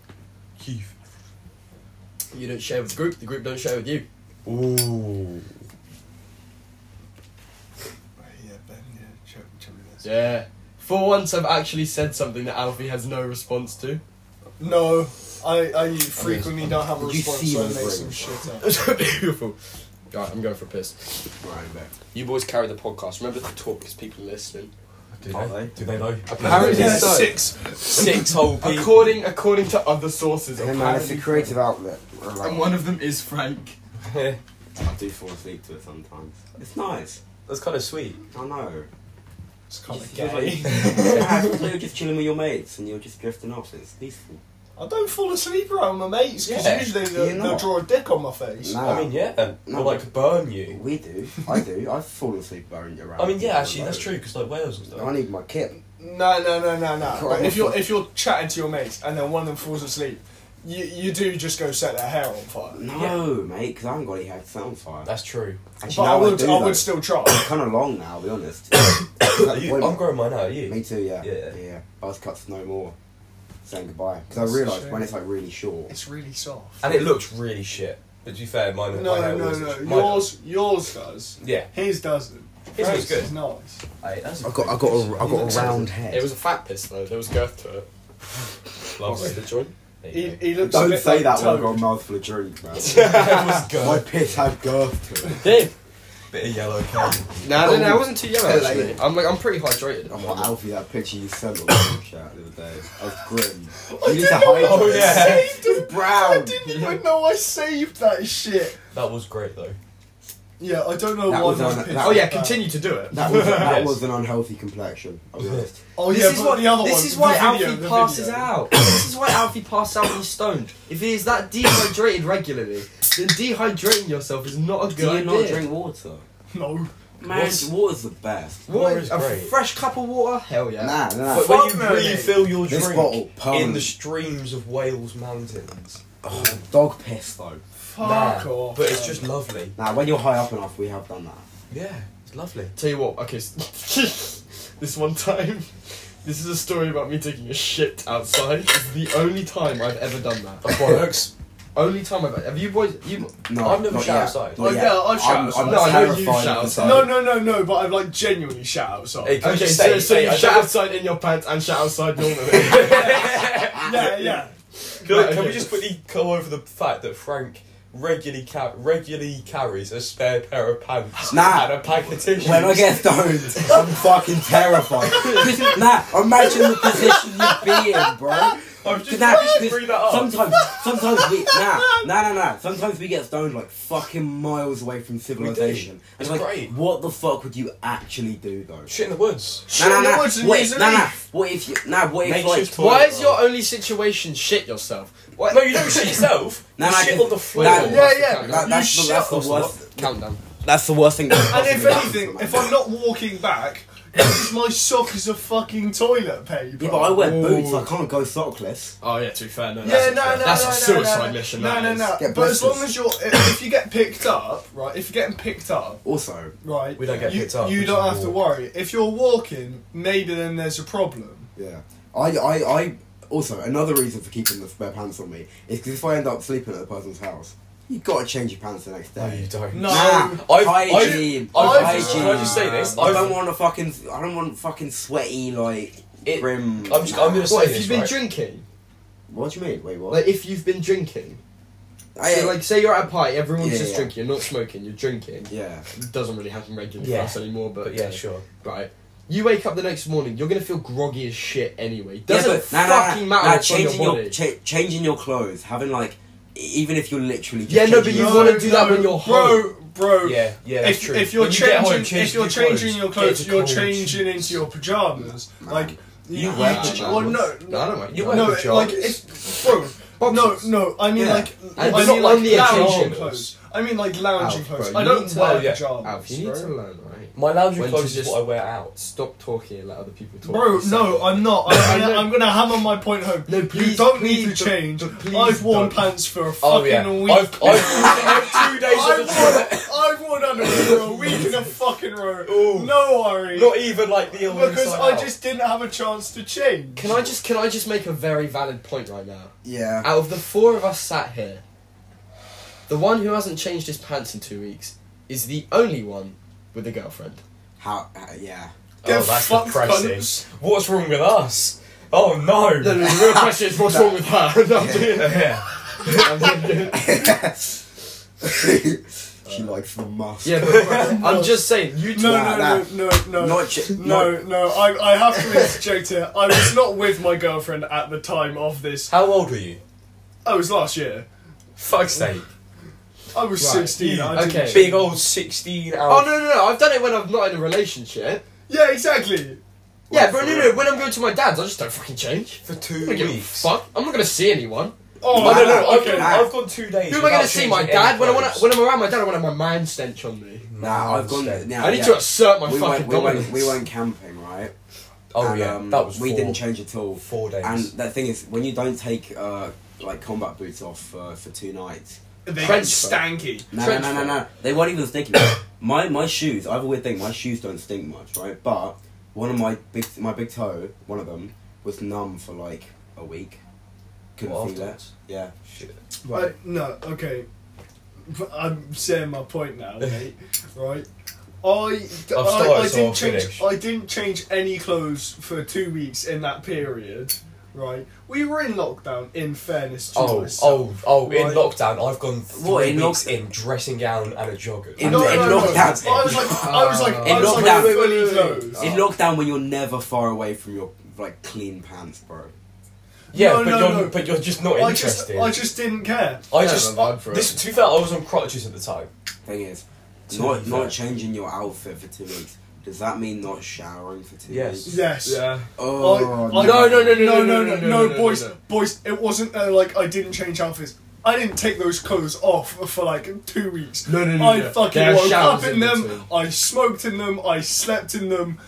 A: You don't share with the group. The group don't share with you.
B: ooh,
C: Yeah, Ben, yeah, check, check me this.
A: Yeah. For once, I've actually said something that Alfie has no response to.
C: No, I, I frequently don't have a
B: Did you
C: response,
B: see
C: so I
B: the
C: make some
B: brain?
C: shit up.
A: so beautiful. Right, I'm going for a piss.
B: right back.
A: You boys carry the podcast. Remember to talk because people are listening.
D: Do
B: Are
D: they? Do they know?
A: Apparently
C: Yeah,
A: so.
C: six.
D: Six whole people.
A: According according to other sources,
B: Hey man, it's a
A: apparently-
B: creative outlet. We're like-
A: and one of them is Frank.
B: I do fall asleep to it sometimes. It's nice.
D: That's kind of sweet.
B: I know.
C: It's kind of
B: It's
C: gay.
B: like- it's like you're just chilling with your mates and you're just drifting off. It's peaceful.
C: I don't fall asleep around my mates because
D: Yeah,
C: usually
B: you're
C: they'll,
B: not.
C: they'll draw a dick on my face.
B: Nah.
D: I mean, yeah.
B: No.
D: Or like burn you.
B: We do. I do. I've fallen asleep around around.
D: I mean, yeah.
B: people
D: Actually, that's
B: alone.
D: true. Because like whales and
B: I
D: stuff.
B: need my kitten.
C: No, no, no, no, no.
B: Cool.
C: But if you're if you're chatting to your mates and then one of them falls asleep, you you do just go set their hair on fire.
B: No, mate, 'cause mate, because I haven't got any hair to set on fire.
D: That's true.
B: Actually,
C: But
B: now
C: I would
B: do,
C: I,
B: though.
C: would still try.
B: kind of long now, I'll be honest. That
D: You,
B: point-
D: I'm growing mine out. You.
B: Me too, yeah.
D: Yeah.
B: Yeah, yeah. Buzz cuts no more. Saying goodbye.
C: That's
B: Because I
C: a
B: realised
C: shame.
B: when it's like really short.
C: It's really soft.
D: And it looks really shit. But to be fair,
C: No,
D: mine. my hair
C: no,
D: was-
C: no.
D: mine-
C: Yours yours does.
D: Yeah.
C: His doesn't.
D: His looks good.
C: is nice.
D: Hey, that's
B: I've got, I've got, a, I've
A: It
B: got
A: looks-
B: a round head.
A: It was a fat piss though. There was girth to it.
D: Lovely.
A: joint.
D: There
C: He,
D: you
C: he looks a
E: Don't
C: bit
E: say
C: like
E: that
C: Toad.
E: one got a mouthful of drink, man.
D: that was
E: My
D: good.
E: piss had girth to it.
A: Dave.
D: Bit of yellow card.
A: Nah, no, no, I
E: Oh.
A: wasn't too yellow actually.
E: Like-
A: I'm like I'm pretty hydrated.
E: Oh,
A: at the moment.
E: Alfie, that picture you sent on Snapchat the other day. I was grim. You need to
D: Oh,
E: hide
D: yeah.
C: Saved him.
E: It's brown.
C: I didn't even know I saved that shit.
D: That was great though.
C: Yeah, I don't know
E: That
C: why.
E: was
C: my
E: on-
C: picture-
E: that
A: Oh yeah,
C: Uh,
A: continue to do it.
E: That was, that
D: Yes.
E: was an unhealthy complexion, I'll be honest.
C: Oh yeah,
A: this is
C: but
A: what
C: the other
A: this
C: one,
A: is
C: the
A: why
C: video,
A: Alfie
C: the
A: passes
C: video.
A: out. this is why Alfie passes out when he's stoned. If he is that dehydrated regularly, then dehydrating yourself is not a
E: Do you
A: good
E: not
A: idea.
E: drink water?
C: No.
E: Man, water's the best.
A: What
D: Water is
A: a
D: great.
A: fresh cup of water? Hell yeah.
E: Nah, Ah, nah.
D: But when
C: Fuck
D: you
C: no, mate.
D: refill your
E: This
D: drink
E: bottle,
D: in
E: permanent.
D: the streams of Wales mountains,
E: Oh, dog piss though.
C: Fuck
D: Nah,
C: off.
D: but it's
C: man.
D: just lovely.
E: Now, when you're high up enough, we have done that.
D: Yeah, it's lovely.
A: Tell you what, okay, s- this one time, this is a story about me taking a shit outside. It's the only time I've ever done that.
D: Bollocks.
A: Only time I've have you boys you
E: No,
D: I've never
E: not
D: shat
E: yet.
D: outside.
E: Not
C: Oh,
E: yet.
C: yeah, I've shat
E: I'm,
C: outside.
E: I'm
A: No, I know you
E: terrified
A: shat
E: of the
A: outside.
E: sun.
C: No, no, no, no. But I've like genuinely shat outside.
D: Hey,
A: Okay,
D: just
A: so,
D: say-
A: so
D: hey,
A: you
D: I
A: shat
D: don't-
A: outside in your pants and shat outside normally.
C: yeah, yeah.
D: Can,
A: Right,
D: can
A: okay.
D: we just quickly go over the fact that Frank regularly ca- regularly carries a spare pair of pants
E: Nah.
D: and a pack of tissues?
E: When I get stoned, I'm fucking terrified. nah, imagine the position you'd be in, bro.
D: I'm just
E: Nah,
D: trying to
E: because
D: bring that up.
E: Sometimes, sometimes we nah, nah, nah, nah. Sometimes we get stoned like fucking miles away from civilization. And
D: It's
E: like,
D: great.
E: what the fuck would you actually do though?
D: Shit in the woods.
C: Shit
E: Nah, nah,
C: in the
E: nah.
C: woods in New
E: Wait, nah,
C: Zealand.
E: nah. What if you? Nah, what if
D: Makeshift
E: like?
D: toilet,
A: Why is
D: bro.
A: your only situation shit yourself? Why-
D: No, you don't shit yourself.
E: Nah,
D: you
E: nah,
D: shit
E: cause-
D: on the floor.
E: nah,
A: Yeah,
E: that's the-
A: yeah.
E: that- that's,
C: You
E: the, that's the
C: shut
E: worst.
A: Countdown.
E: That's the worst thing. that could
C: And if
E: possibly happen to
C: anything,
E: someone.
C: if I'm not walking back, because my sock is a fucking toilet paper.
E: yeah, but I wear
A: Ooh.
E: boots. I can't go sockless.
A: Oh yeah, to be fair, no.
C: Yeah, no, no,
A: That's
C: no,
A: a
C: no,
A: suicide
C: no,
A: mission,
C: No,
A: that
C: no,
A: is.
C: no.
E: Yeah,
C: but as
E: blisters.
C: long as you're, if if you get picked up, right? If you're getting picked up,
E: Also,
C: right?
D: We don't get
C: you,
D: picked up,
C: You
D: we
C: don't
D: just
C: have to
D: walk.
C: worry. If you're walking, maybe then there's a problem.
E: Yeah. I, I, I also another reason for keeping the spare pants on me is because if I end up sleeping at the person's house, you got to change your pants the next day.
D: No, you don't.
C: No.
E: Nah,
D: I've- I've-
E: hygiene.
D: I've-
E: hygiene.
D: can I just say this?
E: I
D: I've-
E: don't want a fucking. I don't want fucking sweaty like
D: It-
E: grim.
D: I'm just- I'm gonna say-
A: What if
D: It's
A: you've been
D: right.
A: drinking?
E: What do you mean? Wait, what?
A: Like if you've been drinking.
E: I,
A: so, like, say you're at a party, everyone's
E: Yeah,
A: just
E: yeah.
A: drinking. You're not smoking. You're drinking.
E: yeah.
A: It doesn't really happen regularly
D: Yeah.
A: for us anymore, but,
D: But yeah,
A: okay.
D: sure.
A: Right. You wake up the next morning, you're gonna feel groggy as shit anyway. Doesn't
E: yeah, but- nah, nah, nah,
A: fucking
E: nah,
A: matter what's on your
E: changing
A: body.
E: cha- changing your clothes, having like, e- even if you're literally. Just
A: Yeah, no, but
E: changing
A: you
E: your-
A: wanna do that when you're
C: bro, bro.
D: Yeah, yeah, that's
C: If,
D: true.
C: if you're
D: When you get
C: changing,
D: home, change
C: if you're
D: your
C: changing your clothes,
D: Get
C: you're
D: cold
C: changing
D: sheets.
C: into your pajamas. Like
E: You
C: you-
E: wear
C: you-
E: pajamas.
C: Well, no,
A: No, I don't wear
D: You
A: pajamas.
D: wear
C: no,
D: pajamas.
C: like it's bro. No,
A: Boxers.
C: no. I mean
E: Yeah.
C: like, I
A: And
C: mean
A: not
C: like
A: on the
C: lounging
A: pajamas.
C: clothes. I mean like lounging
A: Alf,
C: clothes.
A: bro,
C: I
A: you
C: don't
A: need to-
C: wear
D: oh, yeah.
C: pajamas.
A: Alf, you need
C: bro.
A: to learn, right?
D: My lounging
A: When to
D: clothes is
A: just-
D: what I wear out.
A: Stop talking and let other people talk.
C: Bro, no, I'm not. I'm,
A: I
C: gonna,
A: know.
C: I'm gonna hammer my point home.
A: No,
C: you
A: please,
C: don't
A: please,
C: need to
A: but-
C: change.
A: but please
C: I've worn
A: don't.
C: pants for a fucking
D: Oh yeah, I've,
C: week.
D: I've, I've two days on the toilet.
C: I've worn, I've worn underwear for a week in a fucking row.
D: Ooh.
C: No worry.
D: Not even like the old
C: because
D: inside
C: I
D: out.
C: just didn't have a chance to change.
A: Can I just can I just make a very valid point right now?
E: Yeah.
A: Out of the four of us sat here, the one who hasn't changed his pants in two weeks is the only one with a girlfriend.
E: How? uh, yeah.
D: Oh,
C: Get
D: that's
C: fucked,
D: depressing.
C: cunts.
D: What's wrong with us? Oh no.
A: No, no, the real question is what's wrong with her? No, I'm kidding.
D: Yeah.
A: I'm kidding.
E: she likes the must.
A: yeah, but bro, I'm just saying you two.
C: No,
E: Nah,
C: no,
E: nah.
C: no, no, no,
E: Not ch-
C: no,
E: not-
C: no. I, I have to interject here. I was not with my girlfriend at the time of this.
D: How old were you?
C: I was last year.
D: Fuck's sake.
C: I was
A: Right,
C: 16.
D: you-
C: I didn't
A: okay.
C: change.
D: Big old 16 hour.
A: Oh no, no, no! I've done it when I'm not in a relationship.
C: Yeah, exactly.
A: Yeah, bro, no, no. When I'm going to my dad's, I just don't fucking change.
D: For
A: I
D: two
A: don't give a
D: weeks.
A: fuck. I'm not gonna see anyone.
C: Oh,
E: Nah,
D: I don't
E: nah,
D: know. I've,
C: okay.
D: gone, I've gone two days.
A: Who am I gonna
D: without
A: see? My
D: changing
A: dad?
D: any
A: When I want
D: clothes.
A: to when I'm around my dad, I want to have my man stench on me.
E: Nah, I've gone. Nah,
A: I need
E: yeah.
A: to assert my
E: we
A: fucking
E: went, we,
A: dominance.
E: went, we went camping, right?
D: Oh
E: And,
D: yeah,
E: um,
D: that was.
E: we
D: four.
E: didn't change at all.
D: four days.
E: And the thing is, when you don't take uh, like combat boots off uh, for two nights,
C: They
A: French
C: stanky.
E: no, no,
A: Trench
E: no, no,
A: foot.
E: no, they weren't even stinking. my my shoes, I have a weird thing. My shoes don't stink much, right? But one of my big my big toe, one of them was numb for like a week. Couldn't
D: Well,
E: feel it.
D: afterwards.
E: Yeah.
D: Shit.
C: Right. no, okay. But I'm saying my point now, mate. right? I, I,
D: started,
C: I
D: so I'll
C: didn't change.
D: finish.
C: I didn't change any clothes for two weeks in that period. right? We were in lockdown, in fairness to
D: Oh,
C: myself.
D: oh, oh!
C: Right.
D: In lockdown, I've gone three
E: What, in
D: in weeks
E: lockdown?
D: in dressing gown and a jogger.
E: In-
C: no,
E: in
C: no, no.
E: lockdown.
C: I was like, I was like,
E: In
C: I was
E: lockdown.
C: like
E: Wait, wait,
C: fully
D: wait, wait, wait.
C: clothed.
E: In lockdown, when you're never far away from your like clean pants, bro.
D: yeah,
C: no,
D: but
C: no,
D: you're
C: no.
D: but you're just not
C: I just,
D: interested.
C: I just didn't care.
D: I
A: Yeah,
D: just
A: I'm
D: I-
A: bad for
D: this.
A: it.
D: To be fair, I was on crutches at the time.
E: Thing is,
D: To
E: not
D: be
E: not
D: fair.
E: changing your outfit for two weeks. Does that mean not showering for two
D: Yes.
E: weeks?
C: Yes.
A: Yeah.
E: Oh,
C: I-
A: No, no, no, no,
C: No, no, no, no,
A: no,
C: boys,
A: no, no.
C: boys. It wasn't uh, like I didn't change outfits. I didn't take those clothes off for like two weeks.
A: No, no, no,
C: I
A: no.
C: fucking
A: There are
C: woke
A: showers
C: up in
A: in
C: them.
A: between.
C: I smoked in them. I slept in them.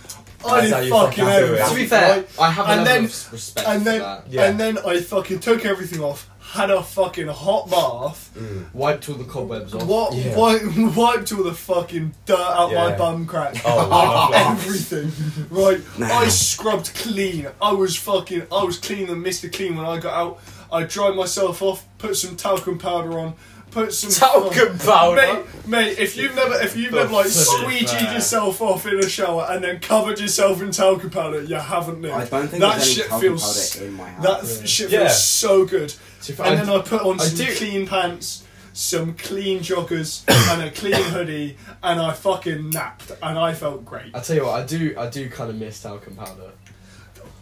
D: That's
C: I
D: how
C: did
D: you
C: fucking
D: fucking do
C: everything.
D: it.
A: To be fair,
C: right?
A: I have a
C: And
A: level
C: then-
A: of s- respect
C: and then
A: for that.
D: Yeah.
C: and then I fucking took everything off. Had a fucking hot bath.
A: Mm. Wiped all the cobwebs off.
C: What?
D: Yeah.
C: Wiped, wiped all the fucking dirt out my
D: Yeah.
C: bum crack.
D: Oh,
C: Like,
D: lovely.
C: everything. Right.
E: Nah.
C: I scrubbed clean. I was fucking. I was cleaner than Mister Clean when I got out. I dried myself off. Put some talcum powder on. Put some
D: Talcum powder.
C: Mate, mate, if you've never, if you've
D: The
C: never like
D: flipping
C: squeegeed
A: fair.
C: yourself off in a shower and then covered yourself in talcum powder, you haven't lived.
E: I don't think
C: that
E: there's
C: shit
E: any talcum
C: feels.
E: powder in my house.
C: That f- shit
D: Yeah.
C: feels so good.
D: To be fair,
C: And
D: I-
C: then I put on
D: I
C: some
D: do-
C: clean pants, some clean joggers, and a clean hoodie, and I fucking napped, and I felt great.
A: I tell you what, I do, I do kind of miss talcum powder.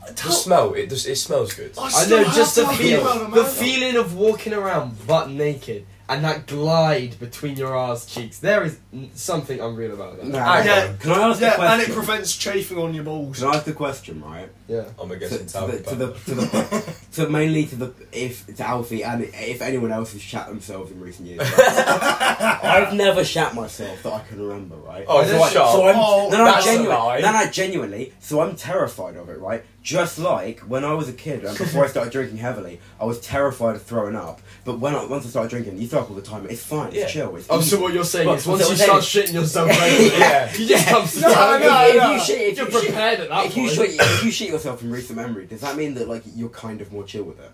D: The smell, it just it smells good.
A: I know, just the
C: talcum powder,
A: feeling, the
C: man.
A: feeling of walking around butt naked and that glide between your ass cheeks. There is n- something unreal about that.
E: Nah,
D: Yeah.
E: okay. Can I ask a
C: Yeah,
E: question?
C: and it prevents chafing on your balls.
E: Can I ask the question, right?
A: Yeah.
D: I'm
E: To,
D: against
E: to,
D: talcum
E: the, to
D: powder.
E: the to the to mainly to the if to Alfie and if anyone else has shat themselves in recent years. right? I've never shat myself that I can remember, right?
D: Oh,
E: so
D: just
E: I,
D: shut
E: so
D: up.
E: I'm,
C: Oh,
E: no, no,
D: that's a lie.
E: genuinely, no, no, genuinely. So I'm terrified of it, right? Just like when I was a kid and before I started drinking heavily, I was terrified of throwing up. But when I, once I started drinking, you throw up all the time. It's fine. It's
D: Yeah.
E: chill. It's
A: Oh,
E: easy.
A: so what you're saying
E: Well,
A: is once
E: so
A: you
E: then-
A: start shitting yourself regularly,
D: Yeah.
A: you just come to
E: No,
A: town.
E: no,
A: If- if
E: no.
A: you shit- if
E: You're
A: you're prepared at that
E: If you,
A: point.
E: shit, if you shit yourself from recent memory, does that mean that like you're kind of more chill with it?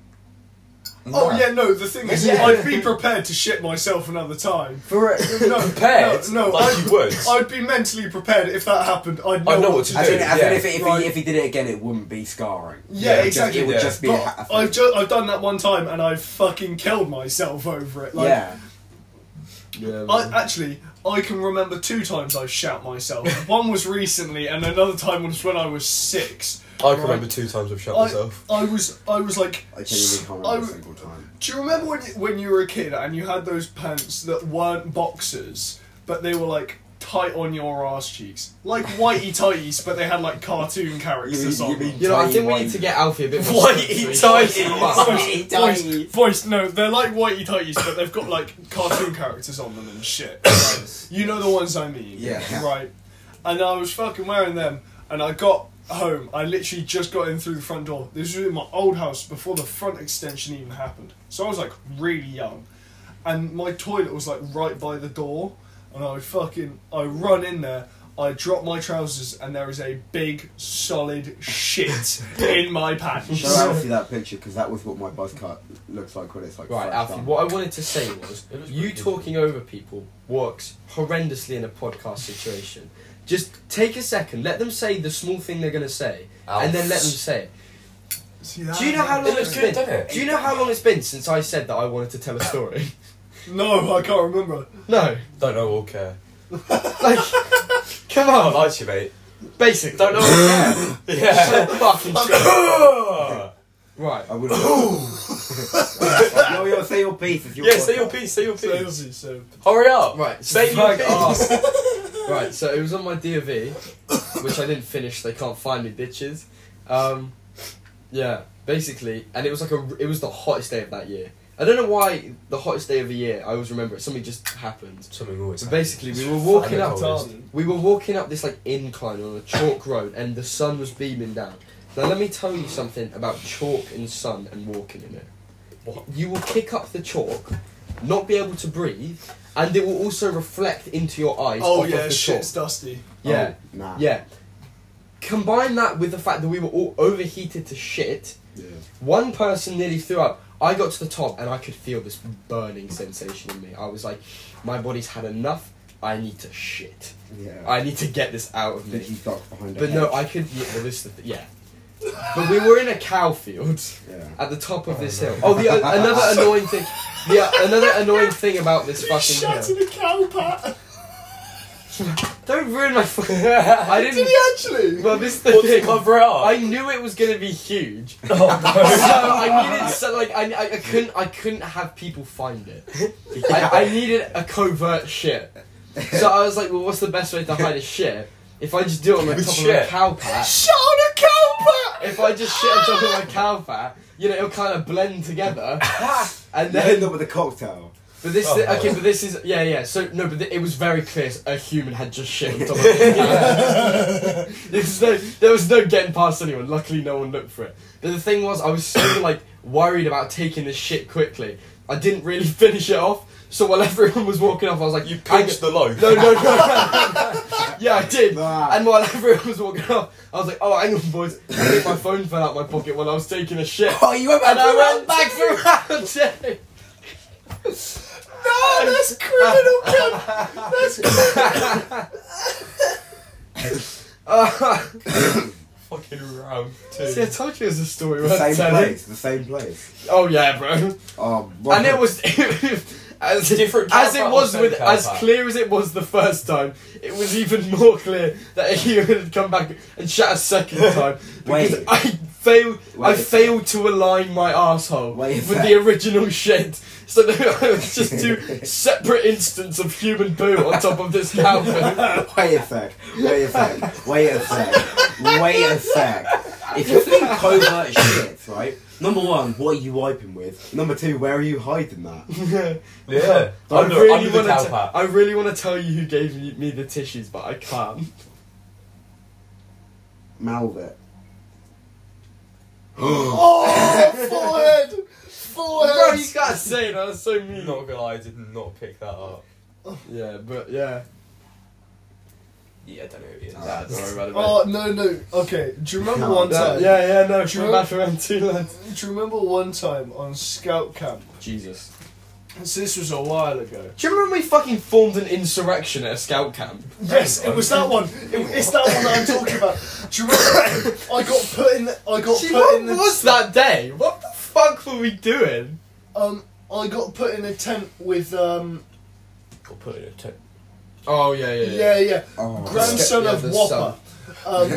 C: Oh yeah, no. The thing is,
A: Yeah.
C: I'd be prepared to shit myself another time.
E: For it,
C: No,
D: Prepared?
C: No, no
D: Like
C: I'd,
D: you would.
C: I'd be mentally prepared if that happened. I'd know,
D: I know what to do.
E: as in, as in
D: yeah.
E: if, it, if,
C: Right.
E: he, if he did it again, it wouldn't be scarring.
C: Yeah,
E: it would just-
C: exactly.
E: It would
D: Yeah.
E: just be. a ha-
C: But
E: a
C: I've
E: thing.
C: just I've done that one time and I've fucking killed myself over it. Like,
E: yeah.
A: Yeah,
C: I
E: Um,
A: man.
C: actually I can remember two times I shout myself. one was recently, and another time was when I was six.
D: I can remember two times I've shot
C: I,
D: myself.
C: I was I was like,
E: I genuinely can't
C: I
E: remember a
C: w-
E: single time.
C: do you remember when when you were a kid and you had those pants that weren't boxers, but they were like tight on your ass cheeks, like whitey tighties, but they had like cartoon characters
E: You
C: on
E: mean- you
C: them.
E: mean
A: You know, I think we
E: Tiny
A: need to get Alfie a bit more.
D: Whitey tighties.
E: Whitey
C: voice,
E: tighties.
C: voice, no, they're like whitey tighties, but they've got like cartoon characters on them and shit. right? You know the ones I mean,
E: Yeah.
C: right? And I was fucking wearing them, and I got home. I literally just got in through the front door. This was in my old house before the front extension even happened, so I was like really young, and my toilet was like right by the door, and I fucking I run in there. I drop my trousers and there is a big solid shit in my pants.
E: Show Alfie that picture because that was what my buzz cut looks like when it's like.
A: Right,
E: fresh
A: Alfie,
E: done.
A: what I wanted to say was
D: It looks
A: you
D: pretty good.
A: talking over people works horrendously in a podcast situation. Just take a second, let them say the small thing they're going to say, and then let them say it.
C: See that?
A: Do you know how long it's
D: It looks
A: been?
D: good, doesn't it?
A: Do you know how long it's been since I said that I wanted to tell a story?
C: No, I can't remember.
A: No.
D: Don't know or care.
A: Like, come
D: I
A: on.
D: lied to you, mate.
A: Basically.
D: Don't know or care.
A: So
D: yeah.
A: fucking true. Right.
E: I would. no, you'll say your piece. It's your
D: yeah, say
E: podcast.
D: your piece, say your
C: So,
D: piece.
C: obviously, so
D: Hurry up.
A: Right.
D: Say your
A: fuck
D: piece.
A: off. ah. right, so it was on my DOV, which I didn't finish. They can't find me, bitches. Um, yeah, basically, and it was like a. It was the hottest day of that year. I don't know why the hottest day of the year. I always remember it. Something just happened.
D: Something always.
A: So basically, we were
D: happens.
A: walking
D: And
A: up.
D: the coldest.
A: We were walking up this like incline on a chalk road, and the sun was beaming down. Now let me tell you something about chalk and sun and walking in it.
D: What?
A: You will kick up the chalk, not be able to breathe, and it will also reflect into your eyes.
C: oh
A: off of
C: yeah,
A: the
C: shit's
A: chalk.
C: dusty.
A: Yeah,
E: Oh, nah.
A: yeah. Combine that with the fact that we were all overheated to shit.
E: Yeah.
A: One person nearly threw up. I got to the top and I could feel this burning sensation in me. I was like, my body's had enough. I need to shit.
E: Yeah.
A: I need to get this out of
E: Did you
A: me.
E: duck behind? a
A: But no,
E: hedge?
A: I could. Yeah, well, this is the th- yeah. But we were in a cow field
E: Yeah.
A: at the top of this hill. Oh, the another annoying thing. The another annoying thing about this fucking
C: Shut
A: hill.
C: in a cow pat.
A: Don't ruin my fucking. I
C: Did
A: didn't.
C: he actually?
A: Well, this is the
D: What to
A: thing.
D: cover it up?
A: I knew it was gonna be huge,
D: oh,
A: so I needed so like I, I, I couldn't I couldn't have people find it. I, I needed a covert shit. So I was like, well, what's the best way to hide a shit? If I just do it on the
D: With
A: top of
D: shit.
A: a cow pat.
C: Shut on a cow
A: If I just shit on top of my cow pat, you know, it'll kind of blend together, and
E: And then end
A: then.
E: up with a cocktail.
A: But this,
D: Oh,
A: okay, but this is yeah, yeah. So no, but th- it was very clear a human had just shit on top of the cow. there, was no, there was no getting past anyone. Luckily, no one looked for it. But the thing was, I was so like worried about taking this shit quickly. I didn't really finish it off. So while everyone was walking off, I was like,
D: you
A: I-
D: punched the loaf.
A: no, no, no. yeah, I did.
E: Nah.
A: And while everyone was walking off, I was like, oh, hang on, boys. I think my phone fell out my pocket while I was taking a shit.
E: Oh, you went
A: and I
E: back
A: went back for round two.
C: pat. No, that's
A: "Ah,
C: criminal. Cam.
A: Uh,
D: Fucking round
A: see, I
D: two.
A: told you it was a story
E: the
A: worth
E: same
A: telling.
E: place. The same place.
A: Oh, yeah, bro.
E: Oh,
A: And it was. As,
D: Different
A: as it
D: cowpat or
A: was
D: same
A: with as
D: cowpat?
A: clear as it was the first time, it was even more clear that he had come back and shot a second time because
E: Wait.
A: I failed. I
E: Wait.
A: failed to align my asshole
E: Wait a
A: with
E: sec.
A: the original shit, so that it was just two separate instances of human poo on top of this cow.
E: Wait a sec. Wait a sec. Wait a sec. Wait a sec. If you think covert shit, right? Number one, what are you wiping with? Number two, where are you hiding that?
D: Yeah.
A: I
D: Under,
A: really
D: under the
A: want
D: cow
A: to.
D: pat.
A: I really want to tell you who gave me, me the tissues, but I can't.
E: Malvet.
C: Oh, forehead.
A: Bro,
C: Forehead.
A: you gotta say that. That's so
D: I'm
A: mean.
D: not gonna lie, I did not pick that up.
A: Yeah, but yeah.
D: Yeah, I don't know who it is.
A: Nah, don't worry about it.
C: Oh no no. Okay, do you remember
E: No,
C: one
A: No,
C: time?
A: yeah, yeah, no,
C: Sure.
A: we're back for round two, lads.
C: Do you remember one time on scout camp?
A: Jesus.
C: So this was a while ago.
A: Do you remember when we fucking formed an insurrection at a scout camp?
C: Yes, it was that one. It, it's that one that I'm talking about. Do you remember? I got put in. The, I got
A: Gee,
C: put
A: what
C: in the.
A: was that day? What the fuck were we doing?
C: Um, I got put in a tent with um.
D: Got put in a tent.
A: Oh, yeah, yeah, yeah.
C: Yeah, yeah.
E: Oh,
C: Grandson
A: Yeah,
C: of
A: the
C: Whopper. Um,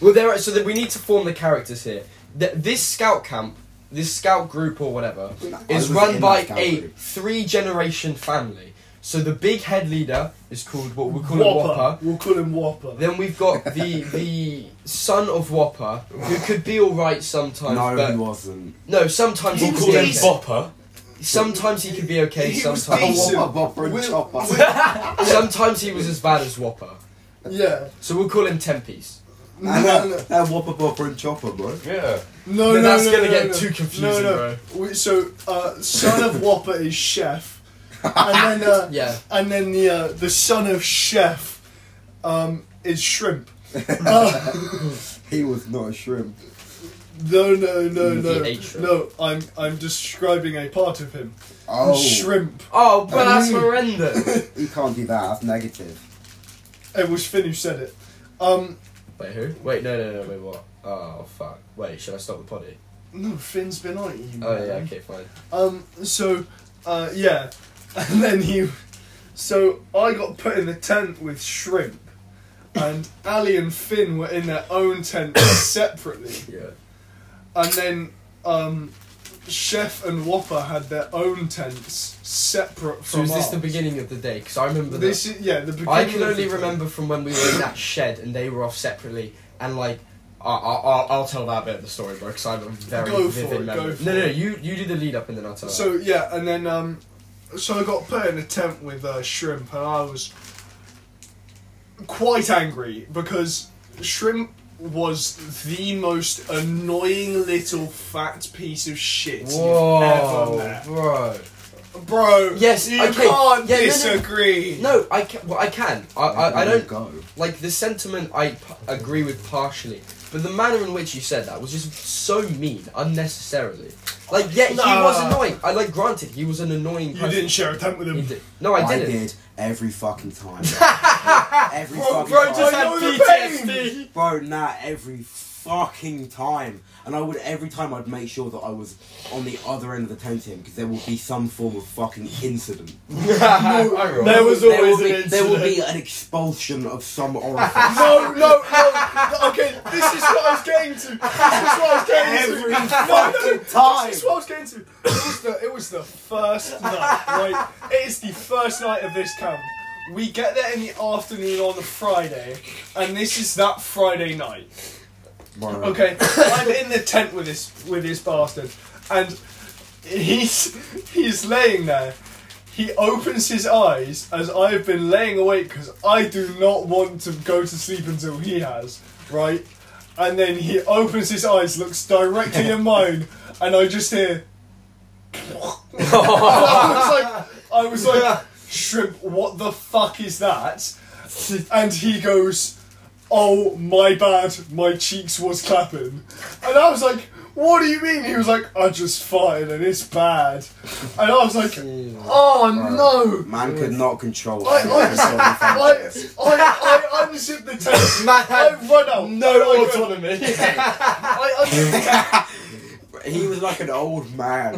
A: Well, there are, so that we need to form the characters here. Th- this scout camp, this scout group or whatever,
E: I
A: is
E: was
A: run
E: in
A: by
E: that scout
A: a
E: group.
A: three generation family. So the big head leader is called what we call a Whopper.
C: We'll call him Whopper.
A: Then we've got the the son of Whopper, who could be all right sometimes,
E: no, he
A: but
E: wasn't.
A: no, sometimes he
C: He
A: could
C: was
A: be
C: decent.
A: okay.
D: Bopper.
A: Sometimes he could be okay.
C: He was
A: Sometimes,
C: decent.
E: Whopper, Whopper and
C: Will-
E: Chopper.
A: sometimes he was as bad as Whopper.
C: yeah.
A: So we'll call him Tempies.
E: and
C: No,
E: that,
C: no.
E: that Whopper, Whopper and Chopper, bro.
D: Yeah.
C: No,
A: Then
C: no,
A: that's
C: no,
A: gonna
C: no,
A: get
C: no.
A: too confusing,
C: No, no. We, so, uh, son of Whopper is Chef, and then uh,
A: Yeah.
C: and then the uh, the son of Chef um, is Shrimp. Uh,
E: He was not a shrimp.
C: no, no, no,
A: Mm, he
C: no,
A: ate shrimp.
C: no. I'm I'm describing a part of him.
E: Oh,
C: Shrimp.
A: Oh, but that's horrendous.
E: you can't do that. That's negative.
C: It was Finn who said it. Um,
A: Wait, who? Wait, no, no, no, wait, what? Oh fuck! Wait, should I stop the potty?
C: no, Finn's been on it. You
A: Oh yeah,
C: man.
A: okay, fine.
C: Um, so, uh, yeah, and then you, so I got put in the tent with shrimp, and Ali and Finn were in their own tent separately,
A: Yeah.
C: and then um, Chef and Whopper had their own tents separate
A: So
C: from
A: is this the
C: ours.
A: beginning of the day? Because I remember that.
C: This is, yeah, the beginning.
A: I can
C: of
A: only
C: the-
A: remember from when we were in that shed and they were off separately and like. I- I- I'll, I'll tell that bit of the story, bro, because I have a very
C: Go for
A: vivid
C: it, go
A: memory.
C: for
A: No, no, no,
C: it.
A: you, you do the lead up and then I'll tell
C: So yeah, and then um, so I got put in a tent with uh, shrimp, and I was quite angry because shrimp was the most annoying little fat piece of shit
A: it.
C: you've ever
A: Whoa,
C: met,
A: bro.
C: bro.
A: Yes,
C: you
A: okay,
C: can't
A: yeah, no, no.
C: disagree.
A: No, I can, well, I can. I, I, I
E: There you
A: don't,
E: go.
A: like, the sentiment I p- agree with partially, but the manner in which you said that was just so mean, unnecessarily. Like, yeah, he
C: Nah.
A: was annoying. I, like, granted, he was an annoying
C: You
A: person.
C: didn't share a tent with
A: He
C: him.
A: did- No, I
E: I
A: didn't.
E: did every fucking time. every
A: Bro,
E: fucking
A: bro
E: time.
A: just
C: I
A: had
C: know the pain.
A: PTSD.
E: Bro, nah, every fucking time. And I would, every time, I'd make sure that I was on the other end of the tent to him because there would be some form of fucking incident.
D: no,
A: There was always
E: will be,
A: an incident.
E: There will be an expulsion of some orifice.
C: No, no, no. Okay, this is what I was getting to. This is what I was getting
E: every
C: to.
E: fucking time.
C: This is what I was getting to. It was the, it was the first night, right? It is the first night of this camp. We get there in the afternoon on a Friday, and this is that Friday night.
E: Bro.
C: Okay, I'm in the tent with this with this bastard, and he's he's laying there. He opens his eyes as I've been laying awake because I do not want to go to sleep until he has, right? And then he opens his eyes, looks directly in mine, and I just hear. I was like, I was like, shrimp. What the fuck is that? And he goes, oh my bad, my cheeks was clapping, and I was like, what do you mean? He was like, I just farted and it's bad, and I was like, oh no.
E: Man could not control
C: I-
E: it.
C: I- I, I, I unzip the tent. I run out.
A: no
C: I run-
A: autonomy.
C: I unzip the tent.
E: he was like an old man.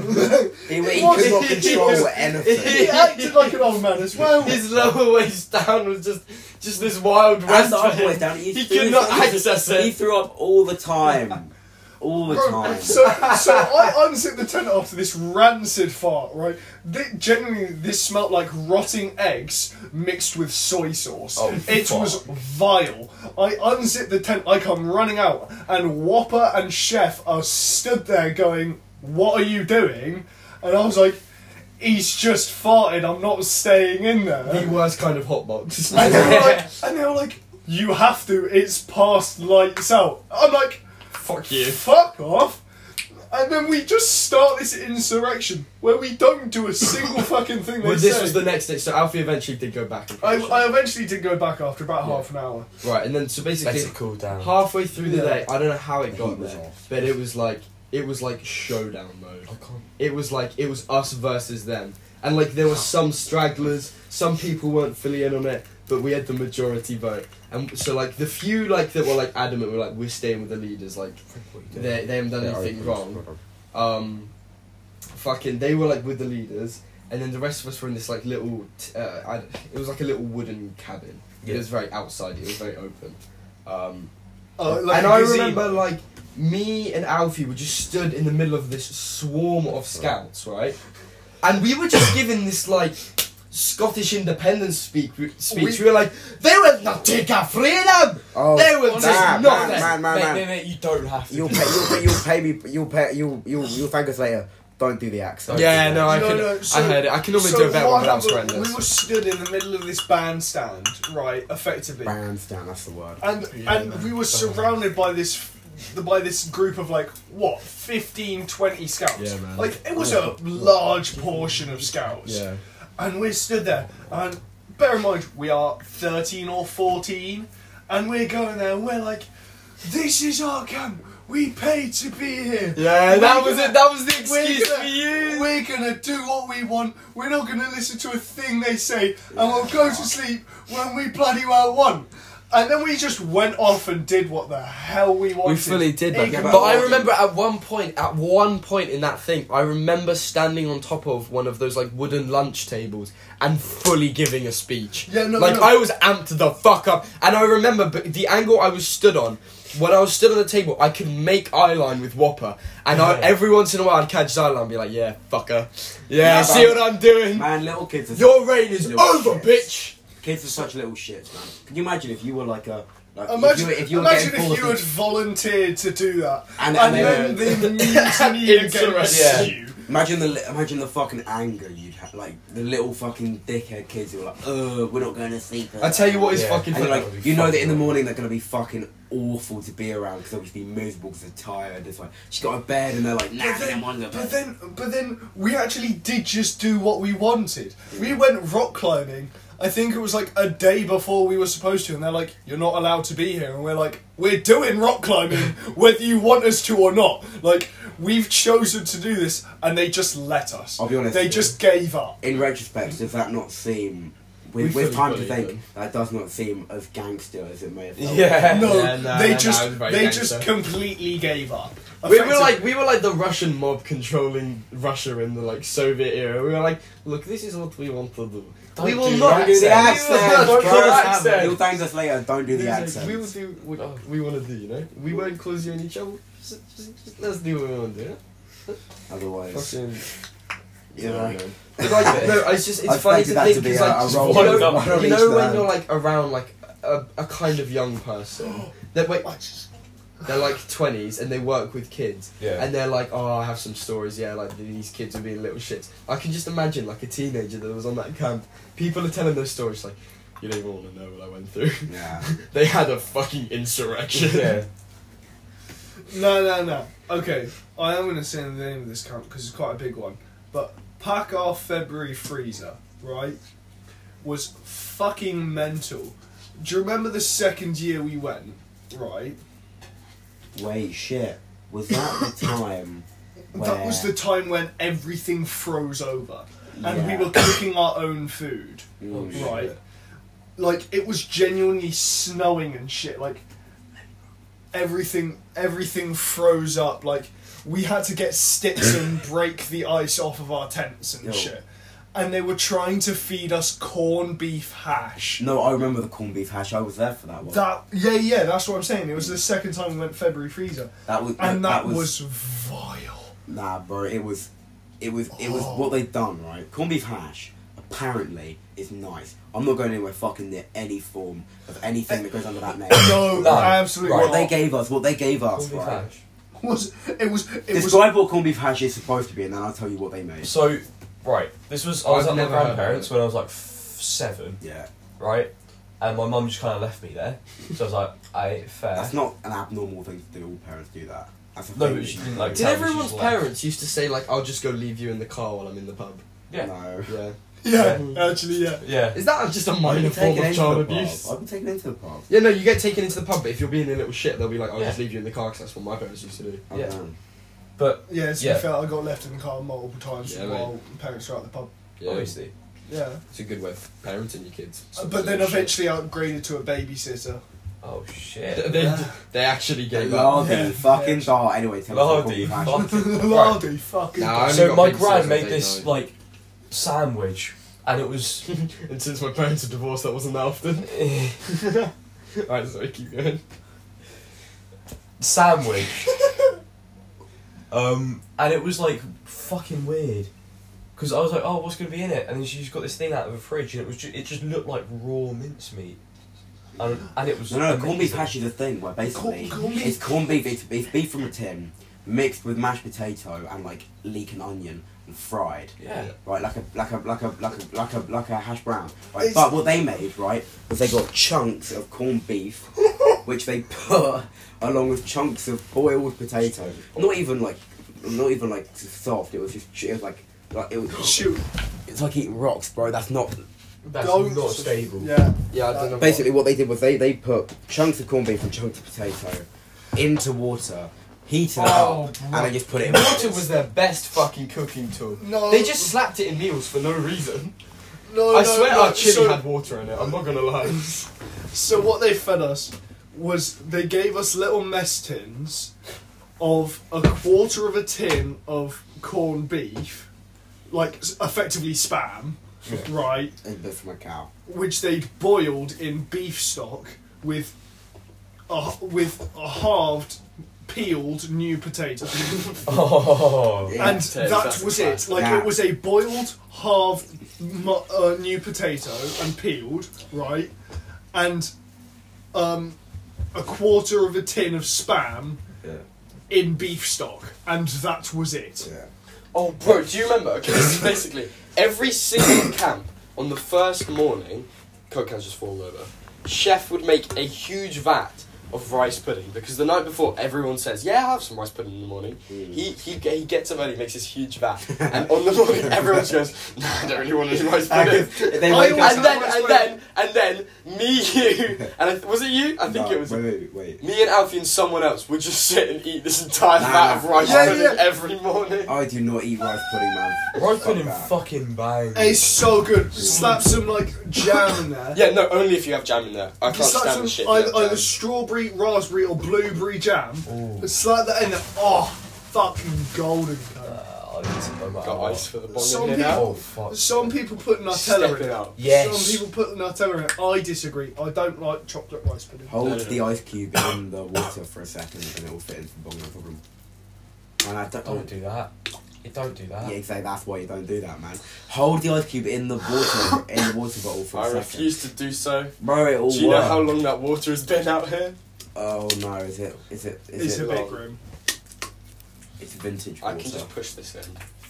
E: He, he
C: was.
E: could not control anything.
C: He acted like an old man as well.
A: His lower waist down was just just this wild
E: And
A: west.
E: the
A: for
E: other
A: him.
E: way down, he,
A: He
E: threw
A: could
E: his-
A: not
E: he-
A: access
E: He
A: it.
E: threw up all the time. All the
C: Bro,
E: time.
C: So, so I unzipped the tent after this rancid fart, right? Thi- generally, this smelt like rotting eggs mixed with soy sauce.
D: Oh,
C: it
D: fuck.
C: was vile. I unzipped the tent, I come running out, and Whopper and Chef are stood there going, What are you doing? And I was like, He's just farted, I'm not staying in there.
A: The worst kind of hot box.
C: And they were like, and they were like You have to, it's past lights out. I'm like,
A: Fuck you.
C: fuck off. And then we just start this insurrection where we don't do a single fucking thing they
A: Well, this
C: say.
A: was the next day, so Alfie eventually did go back. And
C: I, I eventually did go back after about half an hour.
A: right, and then so
D: Let
A: basically
D: it cool down.
A: halfway through the
C: Yeah.
A: day, I don't know how it got
E: heat was
A: there,
E: off.
A: but it was like it was like showdown mode.
D: I can't.
A: It was like it was us versus them, and like there were some stragglers, some people weren't fully in on it, but we had the majority vote, and so like the few like that were like adamant were like we're staying with the leaders, like they they haven't done anything wrong. um, fucking they were like with the leaders and then the rest of us were in this like little t- uh, I, it was like a little wooden cabin it
D: Yeah.
A: was very outside it was very open um,
C: Uh,
A: and
C: a
A: i
C: gazebo.
A: remember like me and alfie were just stood in the middle of this swarm of scouts right and we were just given this like Scottish independence speak, speech. We, were like, they will not take our freedom.
E: Oh,
A: they will
E: man,
A: take
E: man,
A: nothing.
E: man, man,
D: mate,
E: man.
D: mate, mate, you don't have to.
E: You'll
D: do
E: pay, you'll pay, you'll pay me, you'll pay, you'll, you'll, you'll thank us later. Don't do the accent.
A: Yeah, no, I
C: No,
A: can.
C: no, so-
A: I heard it. I can normally
C: so
A: do a better
C: what
A: one, but that was
C: happened-
A: horrendous.
C: We were stood in the middle of this bandstand, right, effectively.
E: Bandstand, that's the word.
C: And
A: Yeah,
C: and we were surrounded by this f- the- by this group of like what 15 20 scouts
A: Yeah, man.
C: like it was a large portion of scouts
A: Yeah.
C: and we stood there and bear in mind we are 13 or 14 and we're going there and we're like this is our camp we paid to be here
A: Yeah,
C: We're
A: that was
C: gonna-
A: it. That was the
C: we're
A: excuse
C: gonna,
A: we used.
C: we're gonna do what we want. We're not gonna listen to a thing they say, and we'll go to sleep when we bloody well want. And then we just went off and did what the hell we wanted.
A: We fully did that.
C: Ignorant.
A: but I remember at one point, at one point in that thing, I remember standing on top of one of those like wooden lunch tables and fully giving a speech.
C: Yeah, no,
A: like
C: no.
A: I was amped the fuck up, and I remember b- the angle I was stood on. When I was stood on the table, I could make eye line with Whopper, and I, every once in a while I'd catch his eye line and be like, "Yeah, fucker, yeah,
E: Yeah,
A: see
E: man.
A: what I'm doing.
E: Man, little kids are
A: Your reign is
E: Little
A: over,
E: shits.
A: bitch."
E: kids are such little shits, man. Can you imagine if you were like a like
C: Imagine
E: if you, were- if you were
C: imagine
E: getting
C: if you
E: full
C: had
E: of
C: volunteered to do that,
E: And-
C: and, then
E: and they
C: the mutiny against
A: Insurrection.
C: you.
E: imagine the li- imagine the fucking anger you'd have, like the little fucking dickhead kids who were like, "Ugh, we're not going to sleep."
A: I tell you what is
D: Yeah.
A: fucking
E: And you're
A: funny.
E: like,
D: That would be
E: you know
D: fucking
E: that in the
D: horrible.
E: morning they're gonna be fucking awful to be around because they'll just be miserable because they're tired. It's like she got a bed and they're like, nah,
C: But
E: I don't
C: then,
E: want to go
C: but
E: bed.
C: then, but then we actually did just do what we wanted. We went rock climbing. I think it was like a day before we were supposed to, and they're like, "You're not allowed to be here," and we're like, "We're doing rock climbing, whether you want us to or not." Like we've chosen to do this, and they just let us.
E: I'll be honest.
C: They just gave up.
E: in retrospect, does that not seem with,
D: We fully
E: with time to
D: believe
E: think,
D: them.
E: that does not seem as gangster as it may have felt.
D: Yeah.
C: No,
A: Yeah, no,
C: they
A: no,
C: just
D: it's very
C: they
D: gangster.
C: just completely gave up.
A: We were
C: Effective-
A: like we were like the Russian mob controlling Russia in the like Soviet era. We were like, look, this is what we want to do.
D: Don't
A: we will
D: do
A: not
E: Don't do the
A: accept-
E: accent.
A: we will not
D: Don't do
A: let
D: the
A: this
D: accent.
A: happen.
E: You'll thank us later. Don't do the
A: It's like,
E: accent.
A: We will do what
D: Oh.
A: we want to do. You know, we won't close you on each other. Just, just, just let's do what we want to do.
E: Otherwise,
A: Fucking
E: you know.
A: But, like, no, it's just it's
E: I
A: funny
E: expected
A: to
E: that
A: think
E: to be
A: because
E: a-
A: like
E: a
A: you
E: role
D: model,
A: know,
D: not
E: a
A: you know
E: release
A: when
E: then.
A: you're like around like a, a kind of young person that wait
C: I just-
A: they're like twenties and they work with kids
D: Yeah.
A: and they're like oh I have some stories yeah like these kids are being little shits I can just imagine like a teenager that was on that camp people are telling those stories like you don't even want to know what I went through
E: Yeah.
A: they had a fucking insurrection
D: yeah.
C: No, no, no. Okay, I am going to say the name of this camp because it's quite a big one. But Packard February Freezer, right, was fucking mental. Do you remember the second year we went? Right,
E: Wait, shit. Was that the time where...
C: that was the time when everything froze over, and
E: Yeah.
C: we were cooking our own food.
E: Mm.
C: right? Like it was genuinely snowing and shit. Like everything, everything froze up. Like we had to get sticks and break the ice off of our tents and
E: Yo.
C: shit. And they were trying to feed us corned beef hash.
E: No, I remember the corned beef hash. I was there for that one. That,
C: That yeah yeah that's what I'm saying. It was the second time we went February freezer,
E: was
C: and
E: that,
C: that, was, vile.
E: Nah, bro, it was, it was, it was
C: Oh.
E: what they done right. Corned beef hash apparently is nice. I'm not going anywhere fucking near any form of anything that goes under that name.
C: No,
D: No,
C: absolutely
D: right.
E: What
C: not.
E: they gave us, what they gave us,
D: Corned beef
E: right?
D: hash.
C: was it was it was
E: Describe what corned beef hash is supposed to be, and then I'll tell you what they made.
D: So, right, this was I was
A: I've
D: at my
A: never heard of
D: grandparents
A: it.
D: when I was like f- seven,
E: Yeah,
D: right? And my mum just kind of left me there, so I was like, I fair.
E: that's not an abnormal thing to do. All parents do that. That's a
D: No,
E: thing.
D: but she didn't, like,
A: Did
D: Yeah,
A: everyone's
D: which is left.
A: parents used to say like I'll just go leave you in the car while I'm in the pub?
D: Yeah.
E: No.
A: Yeah.
C: yeah actually yeah.
D: yeah.
A: Is that just a
E: I've been
A: minor form
E: taken
A: of
E: into
A: child
E: the pub.
A: abuse?
E: I've been taken into the pub.
A: Yeah, no, you get taken into the pub, but if you're being a little shit, they'll be like, I'll
D: Yeah.
A: just leave you in the car because that's what my parents used to do.
E: I'm
D: Yeah.
E: down.
D: But
C: Yeah, to
D: Yeah.
C: be fair, I got left in the car multiple times
A: Yeah,
C: while parents were at the pub.
D: obviously,
C: Yeah.
A: It's a good way of parenting your kids.
C: but then eventually I upgraded to a babysitter.
D: oh
A: They,
D: shit.
A: they, they actually gave up.
E: Lardy,
C: Yeah.
E: fucking die. Anyway, tell us
D: Lardy,
E: about corned beef hash.
D: fucking. right.
C: Lardy, fucking.
A: Nah, I only
D: So
A: got
D: my
A: big
D: gran
A: size
D: made
A: eight,
D: this
A: nine.
D: like sandwich, and it was
A: And since my parents are divorced, that wasn't that often. Alright, sorry, keep going.
D: sandwich. um, and it was like fucking weird. Because I was like, oh, what's going to be in it? And then she's got this thing out of the fridge, and it was ju- it just looked like raw mincemeat. And, and it was.
E: No, no, corned beef
D: amazing.
E: hash is a thing where basically
C: Corn- corned beef-
E: it's corned beef, it's, it's beef from a tin mixed with mashed potato and like leek and onion and fried,
D: Yeah.
E: right? Like a like a like a like a like a like a hash brown. Right?
C: It's-
E: But what they made right was they got chunks of corned beef, which they put along with chunks of boiled potato. Not even like not even like soft. It was just it was like like it was
C: Shoot.
E: it's like eating rocks, bro. That's not
D: That's
C: Don't-
D: not stable.
C: Yeah.
A: Yeah, I don't know.
E: Basically, what they did was they, they put chunks of corned beef and chunks of potato into water, heated it
A: Oh,
E: up,
A: bro.
E: and they just put it in.
A: Water was their best fucking cooking tool.
C: No.
A: They just slapped it in meals for no reason.
C: No,
A: I
C: no,
A: swear
C: no.
A: our chili
C: so,
A: had water in it, I'm not gonna lie.
C: so what they fed us was they gave us little mess tins of a quarter of a tin of corned beef, like s- effectively spam, right?
E: A bit from a cow.
C: which they boiled in beef stock with a, with a halved, peeled new potato.
D: Oh.
E: Yeah.
C: and
A: potatoes,
C: that
A: that's
C: was
A: a
C: it.
A: class.
C: Like,
E: Yeah.
C: it was a boiled, halved mu- uh, new potato and peeled, right? And um, a quarter of a tin of spam
E: Yeah.
C: in beef stock. And that was it.
E: yeah.
A: Oh, bro, do you remember? Okay, this is basically every single camp on the first morning, coke cans just fall over. Chef would make a huge vat of rice pudding because the night before everyone says, "Yeah, I'll have some rice pudding in the morning."
E: Hmm.
A: He, he ge- he gets up early, makes this huge vat, and on the morning everyone just goes, "No, I don't really want any rice pudding."
E: They
C: I
E: wake
C: always-
E: up.
A: and then and then and then me, you, and I, th- was it you? I think
E: No,
A: it was.
E: Wait, wait, wait.
A: Me and Alfie and someone else would just sit and eat this entire
E: Nah.
A: vat of rice
C: Yeah,
A: pudding
C: yeah.
A: every morning.
E: I do not eat rice pudding, man.
D: Rice
E: Fuck
D: pudding
E: that.
D: fucking bang.
C: It's so good. Slap some like jam in there.
A: Yeah, no, only if you have jam in there. I
C: You
A: can't
C: slap
A: stand
C: some
A: the shit.
C: either,
A: without
C: either
A: jam.
C: strawberry, raspberry, or blueberry jam.
D: Ooh.
C: And slap that in there. Oh, fucking golden.
D: Uh,
C: cunt.
D: I need to no matter
A: Got
D: what.
A: ice for the
C: Some
A: bong in
C: people-
A: now.
D: Oh fuck.
C: Some people put Nutella
A: Step
C: in
A: it
C: it.
A: up.
D: Yes.
C: Some people put Nutella in it. I disagree. I don't like chocolate rice pudding.
E: Hold
A: No, no,
E: the
A: no.
E: ice cube in the water for a second, and it will fit into the bong, no problem. And I don't. oh,
D: Don't do that. You don't do that.
E: Yeah, exactly. That's why you don't do that, man. Hold the ice cube in the water in the water bottle for a
A: I
E: second.
A: refuse to do so.
E: Bro, it all
A: Do you know
E: worked.
A: how long that water has been out here?
E: Oh no, is it? Is it? Is
C: It's
E: it?
C: a
A: like-
C: big room.
E: It's vintage
A: I
E: water.
A: can just push this in.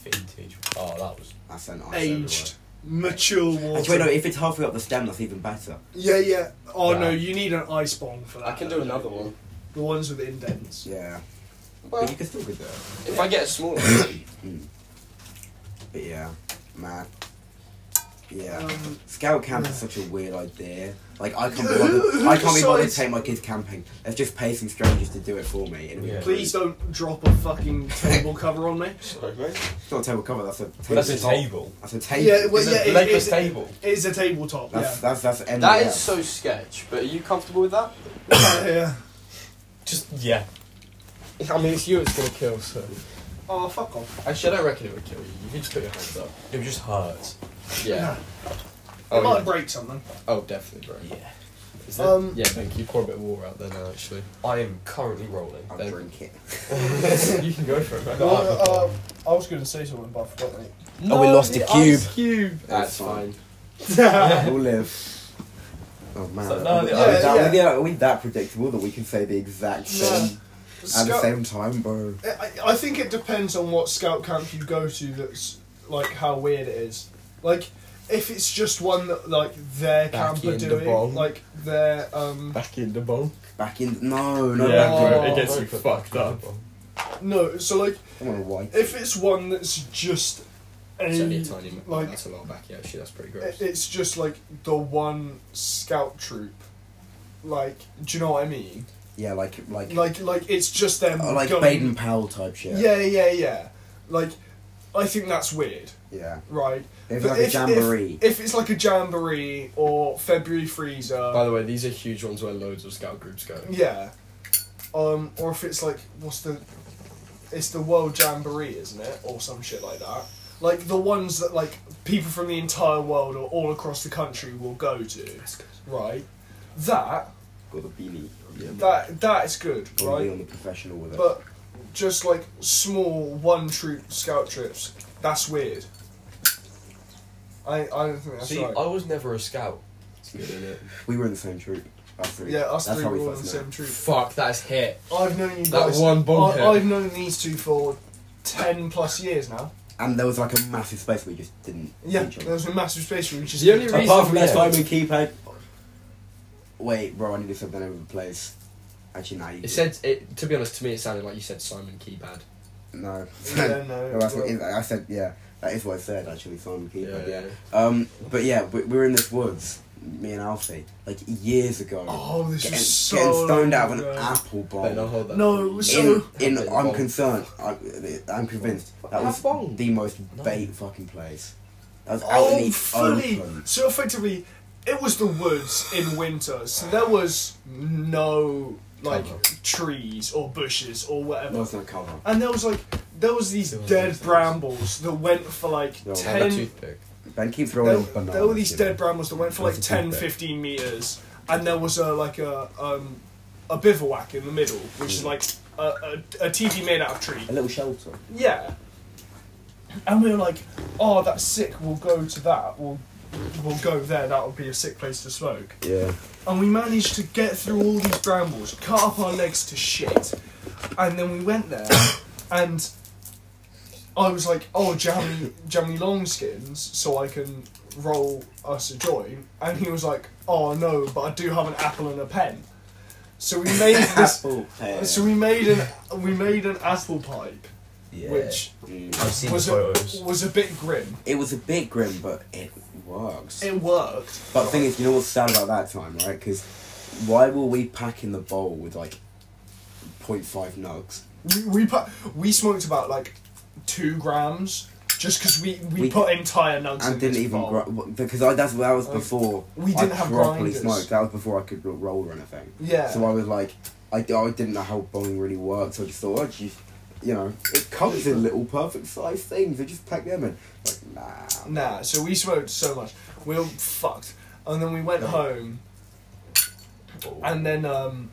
D: Vintage. Oh, that was.
E: That's an ice
C: Aged, mature
E: everywhere. Actually, wait, no.
C: water.
E: If it's halfway up the stem, that's even better.
C: Yeah, yeah. Oh no,
D: Nah.
C: you need an ice bomb for that.
A: I can do another one.
C: The ones with indents.
E: Yeah,
A: Well,
E: but you can still do that.
A: if I get a smaller one,
E: But yeah, man. Yeah.
C: Um,
E: Scout camp
C: yeah.
E: is such a weird idea. Like I can't be bothered. I can't be bothered
C: Besides-
E: to take my kids camping. Let's just pay some strangers to do it for me. And
D: Yeah.
C: Please don't drop a fucking table cover on me.
A: sorry, mate.
E: it's not a table cover. That's a table.
D: That's a
E: top.
D: table.
E: That's a table.
C: Yeah, well,
D: It's
C: yeah,
D: a
C: it-
D: legless
C: it-
D: table.
C: It is a tabletop.
E: That's
C: yeah.
E: that's that's end.
A: That is so sketch. But are you comfortable with that?
C: yeah.
D: Just yeah.
A: I mean, it's you. It's gonna kill. So
C: Oh fuck off.
A: actually, I don't reckon it would kill you. You could just put your hands up.
D: It would just hurt.
A: Yeah.
C: It might
A: Oh, yeah.
C: break something.
A: oh definitely, bro.
D: Yeah.
A: Is that,
C: Um,
A: yeah, thank you. Pour a bit of water out there now. Actually,
D: I am currently rolling.
E: I'll
A: Thank-
E: drink it.
A: you can go for it.
C: Well,
A: Man.
C: uh, I was going to say something, but I forgot. mate.
E: we lost a cube.
A: cube. That's
E: That's
A: fine.
E: we'll live. Oh man.
D: So, no,
E: are, we,
D: the-
E: are we
C: yeah,
E: that, are we-
C: yeah.
E: are we that predictable that we can say the exact
C: Yeah.
E: same at the
C: Scout-
E: same time, bro?
C: I, I think it depends on what scout camp you go to. That's like how weird it is. Like if it's just one that like their
A: Back
C: camp are
A: in the
C: doing,
A: bomb.
C: like their um
A: Back in the bowl.
E: Back in no, no,
A: Yeah,
E: back in-
A: bro, it gets you
D: Don't put
A: fucked
D: that
A: up.
D: in the bottom.
C: no. So like
E: I want a white.
C: if it's one that's just
A: It's only
C: a
A: a tiny.
C: like-
A: that's a lot back. Yeah, actually, that's pretty
C: it-
A: gross.
C: it's just like the one scout troop. Like, do you know what I mean?
E: Yeah, like like like,
C: Like, like it's just them.
A: Oh,
E: like
C: going-
E: Baden Powell type shit.
C: Yeah, yeah, yeah. Like, I think that's weird,
E: yeah.
C: right?
E: It's
C: But
E: like a jamboree.
C: If, if it's like a jamboree or February freezer,
A: By the way, these are huge ones where loads of scout groups go.
C: yeah. Um, or if it's like what's the, it's the World Jamboree, isn't it, or some shit like that. Like the ones that like people from the entire world or all across the country will go to, right? That
E: Got the beanie. Yeah.
C: that that is good,
E: Gotta be
C: right?
E: on the professional with it.
C: But just like small one troop scout trips, that's weird. I, I don't think that's
D: See,
C: right.
D: I was never a scout.
A: It's good, isn't it?
E: we were in the same troop. Us three.
C: yeah, us
E: That's
C: three
E: how
C: were
E: we
C: all in
E: first
C: the
E: met.
C: same troop.
A: Fuck, that's hit.
C: I've known you
A: That
C: guys.
A: one bomb hit.
C: I, I've known these two for ten plus years now.
E: And there was like a massive space we just didn't.
C: Yeah,
E: each
C: there
E: other.
C: was a massive space where we just
A: The only reason-
E: Apart from that
A: Yeah.
E: time we keypad. Wait, bro, I need to say that over the place. Actually, no. You
A: It
E: did.
A: said it. To be honest, to me, it sounded like you said Simon Keybad.
E: no.
C: Yeah,
E: No, that's
C: no.
E: what, it- I said, yeah, that is what I said actually, Simon Keeper.
A: Yeah,
E: Yeah. Um, but yeah, we, we were in this woods, me and Alfie, like years ago.
C: Oh, this
E: getting,
C: was so
E: getting stoned
C: long
E: out of an
C: ago.
E: apple
A: But no,
E: bomb.
A: hold that.
C: No, it was so-
E: In, in,
A: Apple
E: I'm
A: bomb.
E: concerned. I, I'm convinced that was
A: Apple bomb?
E: the most
D: No.
E: bait fucking place. That was out in
C: Oh,
E: the
C: fully.
E: open.
C: So effectively, it was the woods in winter. So there was no like
A: Cover.
C: trees or bushes or whatever.
E: There was no cover.
C: And there was like there was these
A: There was
C: dead
A: these
C: brambles that went for like
E: There was
A: Have a
C: ten.
A: toothpick.
E: Ben keeps
C: There,
E: rolling bananas.
C: there were these
E: you know.
C: dead brambles that went for
E: That's
C: like
E: a
C: 10,
E: toothpick.
C: 15 meters, and there was a like a um, a bivouac in the middle, which
E: Mm.
C: is like a, a, a TV made out of tree.
E: A little shelter.
C: Yeah. And we were like, oh, that's sick. We'll go to that. We'll we'll go there. That would be a sick place to smoke
E: Yeah.
C: and we managed to get through all these brambles, cut up our legs to shit, and then we went there, and I was like, "Oh, jammy, jammy longskins, so I can roll us a joint," and he was like, "Oh no, but I do have an apple and a pen." So we made this.
E: Apple pear.
C: so we made an we made an apple pipe,
B: Yeah.
C: which
E: Mm.
B: I've seen
C: was
B: the photos.
C: a, was a bit grim.
E: It was a bit grim, but it works.
C: It worked.
E: But the thing is, you know what's sad about that time, right? Because why were we packing the bowl with like 0.5 nugs?
C: We we, pa- we smoked about like two grams just because we, we
E: We-
C: put entire nugs in
E: And didn't
C: this
E: even
C: bowl.
E: gr- w- because I, that's that was
C: Oh. Like,
E: before
C: we didn't
E: I
C: have
E: properly
C: grinders.
E: smoked. That was before I could r- roll or anything.
C: Yeah.
E: So I was like, I, I didn't know how bowling really worked. So I just thought, oh, geez, you know, it comes in little perfect sized things. I just pack them in. Like nah.
C: Nah, so we smoked so much. We were fucked. And then we went home, and then um,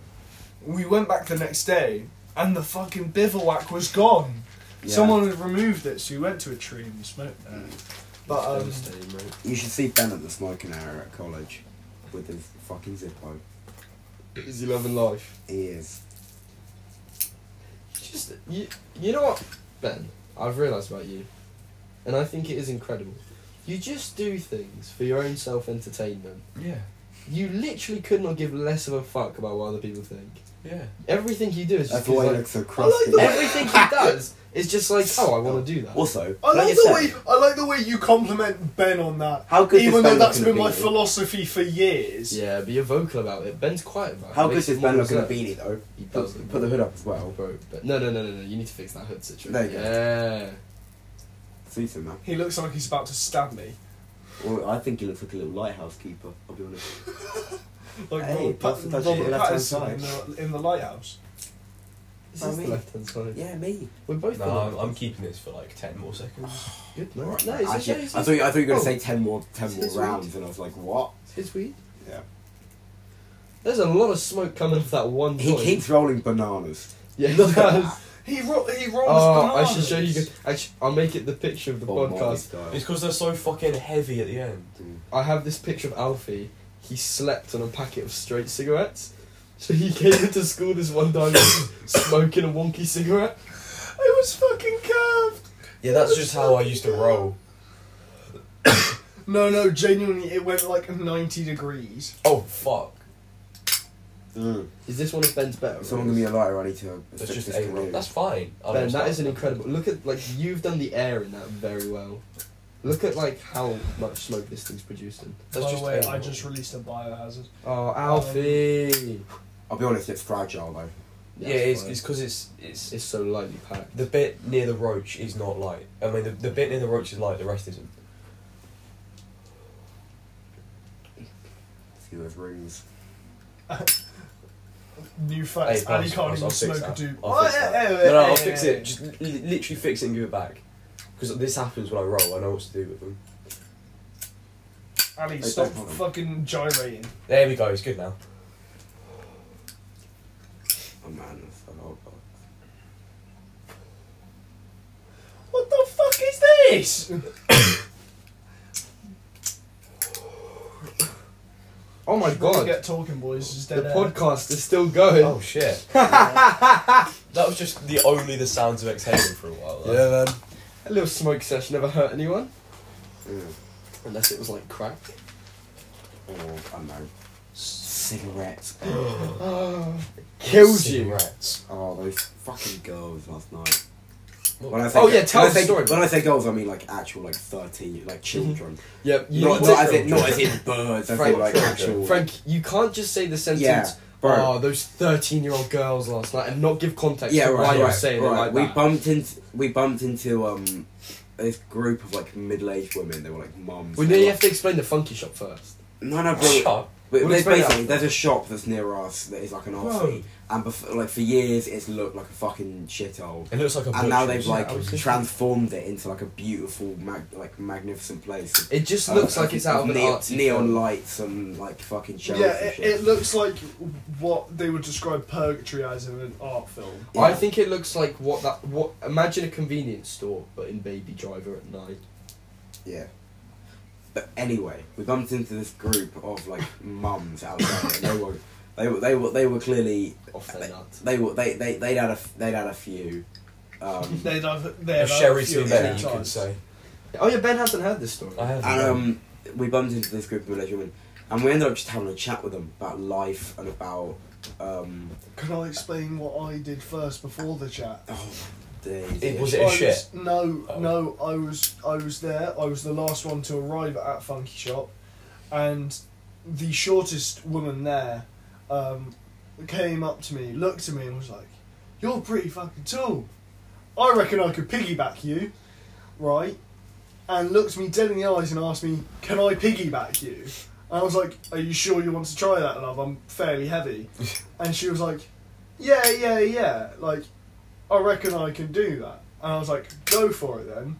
C: we went back the next day, and the fucking bivouac was gone.
E: Yeah.
C: Someone had removed it, so we went to a tree and we smoked there. But um,
D: Devastating, mate.
E: You should see Ben at the smoking hour at college with his fucking Zippo.
A: Is he loving life?
E: He is.
A: Just you, you know what, Ben? I've realised about you, and I think it is incredible. You just do things for your own self entertainment.
D: Yeah,
A: You literally could not give less of a fuck about what other people think.
D: yeah.
A: Everything you do is just
E: That's why he
A: like,
E: looks so
A: I like
E: crusty.
A: the- everything he does is just like, oh, I want to do that.
E: Also,
C: I
E: like
C: like
E: you
C: the
E: said-
C: way I like the way you compliment Ben on that.
E: How good
C: even
E: this
C: though
E: Ben
C: that's
E: looking
C: been
E: at
C: my
E: being.
C: philosophy for years.
A: Yeah, but you're vocal about it. Ben's quiet about it.
E: How good
A: Makes
E: is
A: it
E: Ben
A: more
E: looking at
A: reserved.
E: Beanie though?
A: He does
E: Put,
A: look
E: put the hood up as well.
A: bro. But no, no, no, no, no. You need to fix that hood situation.
E: There you go.
A: yeah.
E: Suits him man.
C: He looks like he's about to stab me.
E: Well, I think he looks like a little lighthouse keeper. I'll be honest.
C: Like
E: Hey,
C: Robert,
E: pass the
C: Pat-
E: touch
C: Robert
E: it, left
C: Pattinson
E: hand side.
C: in the, in the lighthouse.
A: This
E: I
A: is the
E: mean-
A: left hand side.
E: yeah, me.
A: We're both.
D: No, I'm, I'm keeping this for like ten more seconds.
A: good. No,
E: All right,
A: no,
E: man.
A: it's
E: Actually,
A: okay, it's
E: I thought you, I thought you were gonna
A: Oh.
E: say ten more, ten
A: It's
E: more
A: his
E: rounds,
A: weed.
E: and I was like, what?
A: His weed.
E: Yeah.
A: There's a lot of smoke coming off that one
E: He
A: joint.
E: keeps rolling bananas.
A: Yeah, he does.
C: He ro- he rolls
A: Oh, I
C: bananas.
A: should show you. Guys. Actually, I'll make it the picture of the
E: Bob Marley
A: podcast.
E: style.
D: It's because they're so fucking heavy at the end.
A: I have this picture of Alfie. He slept on a packet of straight cigarettes. So he came into school this one time smoking a wonky cigarette.
C: It was fucking curved.
D: Yeah, that's just how I used to roll.
C: No, no, genuinely, it went like ninety degrees.
D: Oh fuck!
E: Mm.
A: Is this one of Ben's better?
E: Someone give me a lighter. I need to
D: That's
E: fix
D: just
E: this
D: a roll.
E: canoe.
D: That's fine. I
A: Ben, that
D: understand.
A: is an incredible. Look at like you've done the air in that very well. Look at like how much smoke this thing's producing.
D: That's
C: By
D: just
C: the way,
D: terrible.
C: I just released a biohazard.
A: Oh, Alfie.
E: I'll be honest, it's fragile though.
D: Yeah, it's
A: fine.
D: it's because it's it's
A: It's so lightly packed.
D: the bit near the roach is not light. I mean, the, the bit near the roach is light. The rest isn't.
E: See those rings.
C: New
D: Hey,
C: fact:
D: pals,
C: Ali can't
D: I'll- I'll
C: even
D: fix
C: smoke a
D: that.
C: dupe.
D: I'll fix
C: Oh,
D: that.
C: eh, eh,
D: No, no,
C: eh,
D: I'll fix
C: eh.
D: it. Just li- literally fix it and give it back. Because this happens when I roll. I know what to do with them.
C: Ali,
E: Hey,
C: stop
E: don't bother.
C: fucking gyrating.
D: There we go. It's good now.
E: Oh man, that's a lot. Of...
C: What the fuck is this?
A: Oh my
C: We'll
A: god.
C: get talking, boys. Is
A: The
C: dead air.
A: podcast is still going.
D: Oh shit! that was just the only the sounds of exhaling for a while. though.
A: man. A little smoke session never hurt anyone.
E: Yeah.
A: Unless it was like crack.
E: Or I don't know. Cigarettes.
A: Oh, Killed you.
D: Cigarettes.
E: Oh, those fucking girls last night.
D: What-
E: When I say
A: Oh, yeah,
E: when
A: tell
E: I
A: the
E: say-
A: story.
E: When I say girls, I mean like actual like thirteen, like children.
A: Yep. You
E: not,
A: need
E: not
A: to-
E: as in not as in birds. I feel
A: Frank,
E: like
A: Frank,
E: actual.
A: Frank, you can't just say the sentence.
E: Yeah, bro.
A: Oh, those thirteen-year-old girls last night, and not give context
E: yeah,
A: to
E: right.
A: why
E: right,
A: you're saying
E: right.
A: it like
E: we
A: that.
E: bumped into we bumped into um this group of like middle-aged women. They were like mums.
A: we
E: They
A: nearly
E: were-
A: have to explain the funky shop first.
E: No, no, bro.
D: Shut up.
E: But
A: We'll
E: there's
A: explain
E: basically there's a shop that's near us that is like an offie, and bef- like for years it's looked like a fucking shithole,
D: It looks like a.
E: and now
D: butcher's.
E: they've like
A: I was thinking-
E: transformed it into like a beautiful, mag- like magnificent place.
A: It just
E: Uh,
A: looks like it's out of an
E: neo-
A: artsy
E: neon
A: film.
E: lights and like fucking shells.
C: Yeah,
E: and
C: it,
E: shit.
C: it looks like what they would describe purgatory as in an art film.
E: Yeah.
A: I think it looks like what that what. Imagine a convenience store, but in Baby Driver at night.
E: Yeah. But anyway, we bumped into this group of like mums out there. and they were, they were, they were, they were clearly
A: Off their nuts.
E: they were they they they would had a f- they'd had a few. Um,
C: They'd have, they'd
D: a
C: have
D: sherry's
C: few
D: been
C: of
D: there.
C: these
D: You could
C: times.
D: say.
A: Oh yeah, Ben hasn't heard this story.
D: I have.
E: and um, we bumped into this group of Malaysian women, and we ended up just having a chat with them about life and about um,
C: Can I explain what I did first before the chat?
E: oh, days.
D: It was
C: I
D: it a
C: was,
D: shit.
C: No,
D: Oh.
C: no, I was I was there. I was the last one to arrive at Funky Shop, and the shortest woman there um, came up to me, looked at me, and was like, "You're pretty fucking tall. I reckon I could piggyback you, right?" And looked me dead in the eyes and asked me, "Can I piggyback you?" And I was like, "Are you sure you want to try that, love? I'm fairly heavy." and she was like, "Yeah, yeah, yeah. Like, I reckon I can do that." And I was like, "Go for it then."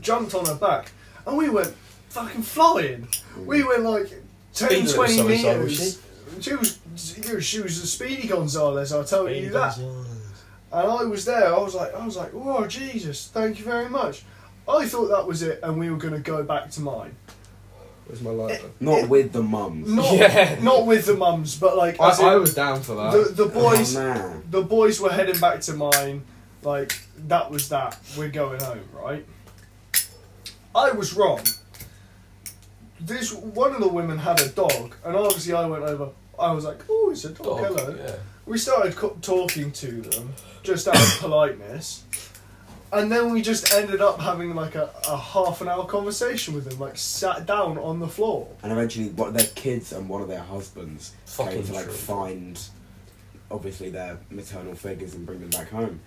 C: Jumped on her back, and we went fucking flying. We went like 10,
D: Speedy
C: 20
D: little somersault, was
C: meters. She was, she was a speedy Gonzales. I tell you that. And I was there. I was like, I was like, whoa, Jesus! Thank you very much. I thought that was it, and we were going to go back to mine.
A: Where's my lighter?
E: Not with the mums.
C: Not,
D: Yeah.
C: not with the mums, but like
A: I,
C: as in
A: I was down for that.
C: the the boys.
E: Oh, man.
C: the boys were heading back to mine. Like that was that. We're going home, right? I was wrong. This one of the women had a dog, and obviously I went over. I was like, "Oh, it's a dog. Hello."
D: Yeah.
C: we started co- talking to them just out of politeness and then we just ended up having like a, a half an hour conversation with them like sat down on the floor
E: And eventually, one of their kids and one of their husbands
D: Fucking
E: came to like
D: true.
E: find, obviously their maternal figures and bring them back home.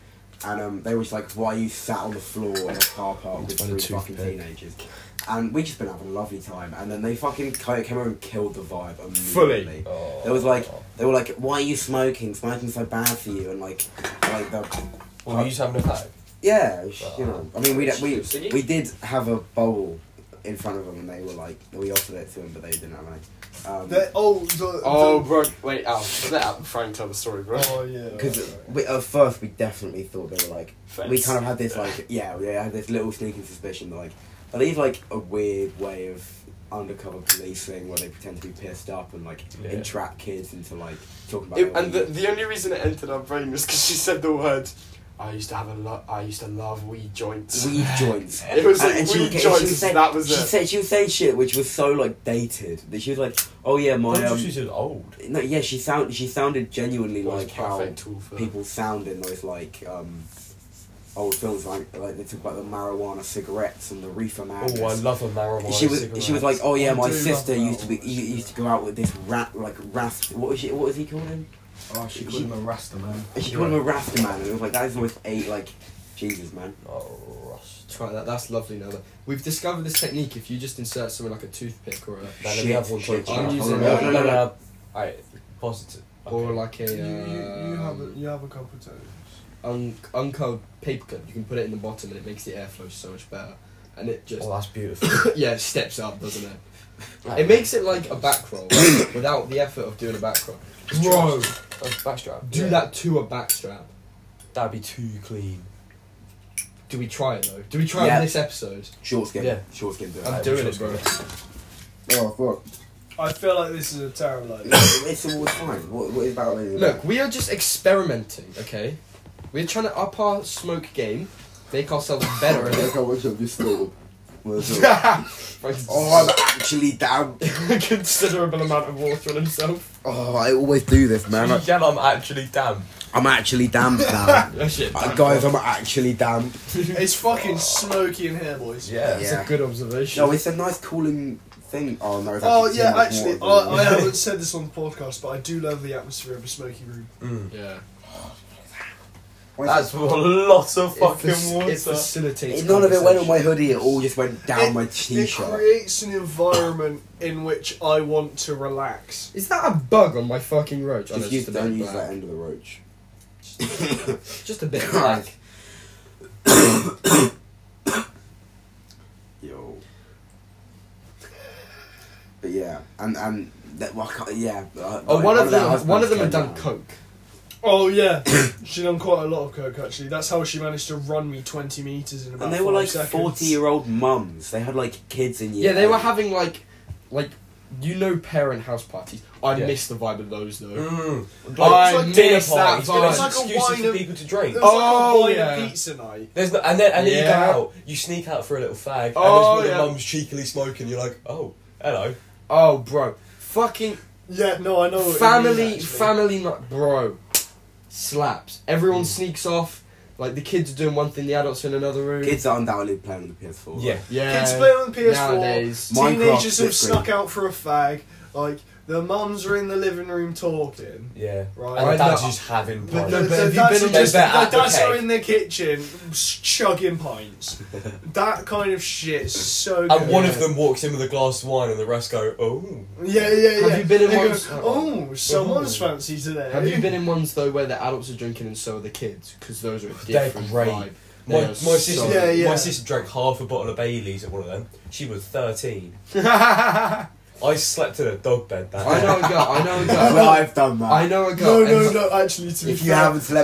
E: And um, they were just like, "Why you sat on the floor in a car park with
D: Find a
E: three fucking
D: toothpick.
E: teenagers?" And we just been having a lovely time. And then they fucking ca- came over and killed the vibe immediately.
A: Fully.
D: Oh.
E: They was like, they were like, "Why are you smoking? Smoking's so bad for you." And like, like the
D: Well, you just having a pack.
E: yeah, sh- you know. I mean, we
A: Well,
E: we
A: singing?
E: we did have a bowl in front of them, and they were like, we offered it to them, but they didn't have any. Um,
C: they oh the,
A: Oh,
C: the,
A: bro. Wait, Al. Let Al Frank tell the story, bro.
C: oh yeah
E: Because we, at first we definitely thought they were like we
A: Thanks.
E: kind of had this like yeah we had this little sneaking suspicion that like are these like a weird way of undercover policing where they pretend to be pissed up and like
D: Yeah.
E: entrap kids into like talking about
A: It-
E: their
A: and the,
E: weed?
A: the only reason it entered our brain was because she said the word. I used to have a lot. I used to love weed joints.
E: weed joints.
A: It was like
E: And
A: weed
E: was-
A: joints.
E: was saying-
A: that was
E: she
A: it.
E: Said, she was saying shit which was so like dated that she was like, "Oh yeah, my
D: Don't
E: um,
D: you said old?
E: No, yeah, she sound she sounded genuinely
A: It was
E: like how
A: perfect tool for
E: people sound in those like um, old films, like like they talk about the marijuana cigarettes and the reefer madness.
D: Oh, I love a marijuana
E: she was she was like, oh yeah,
C: I
E: my
C: do love
E: sister used to be
C: marijuana
E: u- used to go out with this rat like rast. What was she? What was he called him?
F: Oh, she called him a Rasta man.
E: She called him a rasta man, and it was like that is the most eight like Jesus man.
D: Oh, Rust.
A: Try that. That's lovely. Now that we've discovered this technique, if you just insert something like a toothpick or a
D: Now, let me
E: Shit,
D: have one
E: shit,
D: shot.
A: I'm
E: shit.
A: using-
E: Hold on,
D: No,
E: hold
D: no,
E: on,
D: no,
E: hold on.
D: no. Alright, positive.
A: or like a
C: you, you, you have a,
A: um,
C: you have a couple of times
A: un- uncovered paper clip. You can put it in the bottom, and it makes the airflow so much better. And it just
D: Oh, that's beautiful.
A: yeah it steps up, doesn't it? It makes it like a back roll without the effort of doing a back roll.
F: Bro,
D: That's backstrap.
A: Do
D: Yeah.
A: that to a backstrap.
D: That'd be too clean.
A: Do we try it though? Do we try it
E: Yeah.
A: in this episode?
E: Short skin,
D: Yeah.
E: short skin. do it.
A: I'm
D: Alright,
A: doing
D: sure
A: it, bro.
E: Oh fuck!
C: I feel like this is a terrible idea
E: it's all fine. What, what is about it?
A: Look, we are just experimenting, okay? We're trying to up our smoke game, make ourselves better at it.
E: I wish I'd just thought.
A: Frank's
E: Oh, I'm actually down.
A: a considerable amount of water on himself.
E: Oh, I always do this, man. I,
D: Yeah, I'm actually damn.
E: am actually damp now.
A: Oh shit.
E: Uh, guys, I'm actually damp.
C: it's fucking smoky in here boys
D: Yeah.
A: That's a good observation.
E: No, it's a nice cooling thing. Oh, no. It's
C: Oh
E: actually
C: yeah,
E: much
C: actually, oh, I,
E: more than-
C: I haven't said this on the podcast, but I do love the atmosphere of a smoky room.
A: yeah.
E: Why is
D: oh, That's a lot of fucking
A: it, fac-
D: water.
A: it facilitates.
E: it- None of it went on
A: conversation.
E: my hoodie. It all just went down
C: It-
E: my
C: It
E: t-shirt.
C: creates an environment in which I want to relax.
A: Is that a bug on my fucking roach? Oh, no,
E: Just
A: it's
E: use,
A: just, a
E: don't
A: bit
E: use that
A: black.
E: end of the roach.
A: Just a bit black.
E: Yo. But yeah, and and that, well, I can't- yeah. uh,
A: Oh,
E: like,
A: one of
E: their
A: them. One
E: husbands
A: of them had
E: came
A: done
E: down.
A: coke.
C: Oh yeah, she done quite a lot of coke actually. That's how she managed to run me twenty meters in about.
E: And they were like
C: year.
E: forty-year-old mums. They had like kids in year.
A: Yeah, they were
E: eight.
A: having like, like, you know, parent house parties. I
D: Yeah.
A: miss the vibe of those though.
D: Mm. Like,
A: I
D: it's like dinner
A: miss that
D: parties. It's
C: vibe.
D: like
C: It's like
D: excuses
C: a
D: for
C: wine-
D: people to drink.
C: There was
A: Oh,
C: like a wine
A: yeah.
C: and pizza night.
D: There's no, and then and then
A: Yeah.
D: you go out, you sneak out for a little fag,
A: Oh,
D: and there's one of
A: yeah.
D: your mum's cheekily smoking. You're like, oh, hello.
A: Oh, bro, fucking
C: Yeah, no, I know. what you mean,
A: family,
C: actually.
A: family, not bro. Slaps. Everyone sneaks off. Like the kids are doing one thing, the adults are in another room.
E: Kids are undoubtedly playing on the PS4.
B: Yeah.
A: yeah.
C: Kids play on the PS4.
A: Nowadays,
E: Minecraft's
C: Teenagers have
E: different.
C: snuck out for a fag. Like their mums are in the living room talking.
D: Yeah.
C: Right.
D: And
A: I
D: dad's
A: know-
D: just having
C: But
D: fun.
A: no,
C: the,
A: but
C: the
A: have you
C: dads,
A: been
C: are
A: on-
C: just,
D: They're
C: the
D: at the
C: dads are
D: cake.
C: in the kitchen chugging pints. that kind of shit's so good.
D: And one of them walks in with a glass of wine, and the rest go, "Oh,
C: Yeah, yeah, yeah.
A: Have you been in
C: They go,
A: ones-
C: Oh, someone's
D: Ooh.
C: fancy today.
A: Have you been in ones though where the adults are drinking and so are the kids? Because those are a
D: They're
A: different
D: great.
A: vibe.
D: My,
A: They
D: my
A: are
D: sister,
C: Yeah, yeah.
D: my sister drank half a bottle of Bailey's at one of them. She was thirteen. I slept in a dog bed that
A: I
D: night.
A: know a girl. I know a girl.
E: Well, I've done that.
A: I know a
C: No,
A: girl.
C: no,
A: and-
C: no. Actually, to be
E: if you
C: fair,
E: haven't slept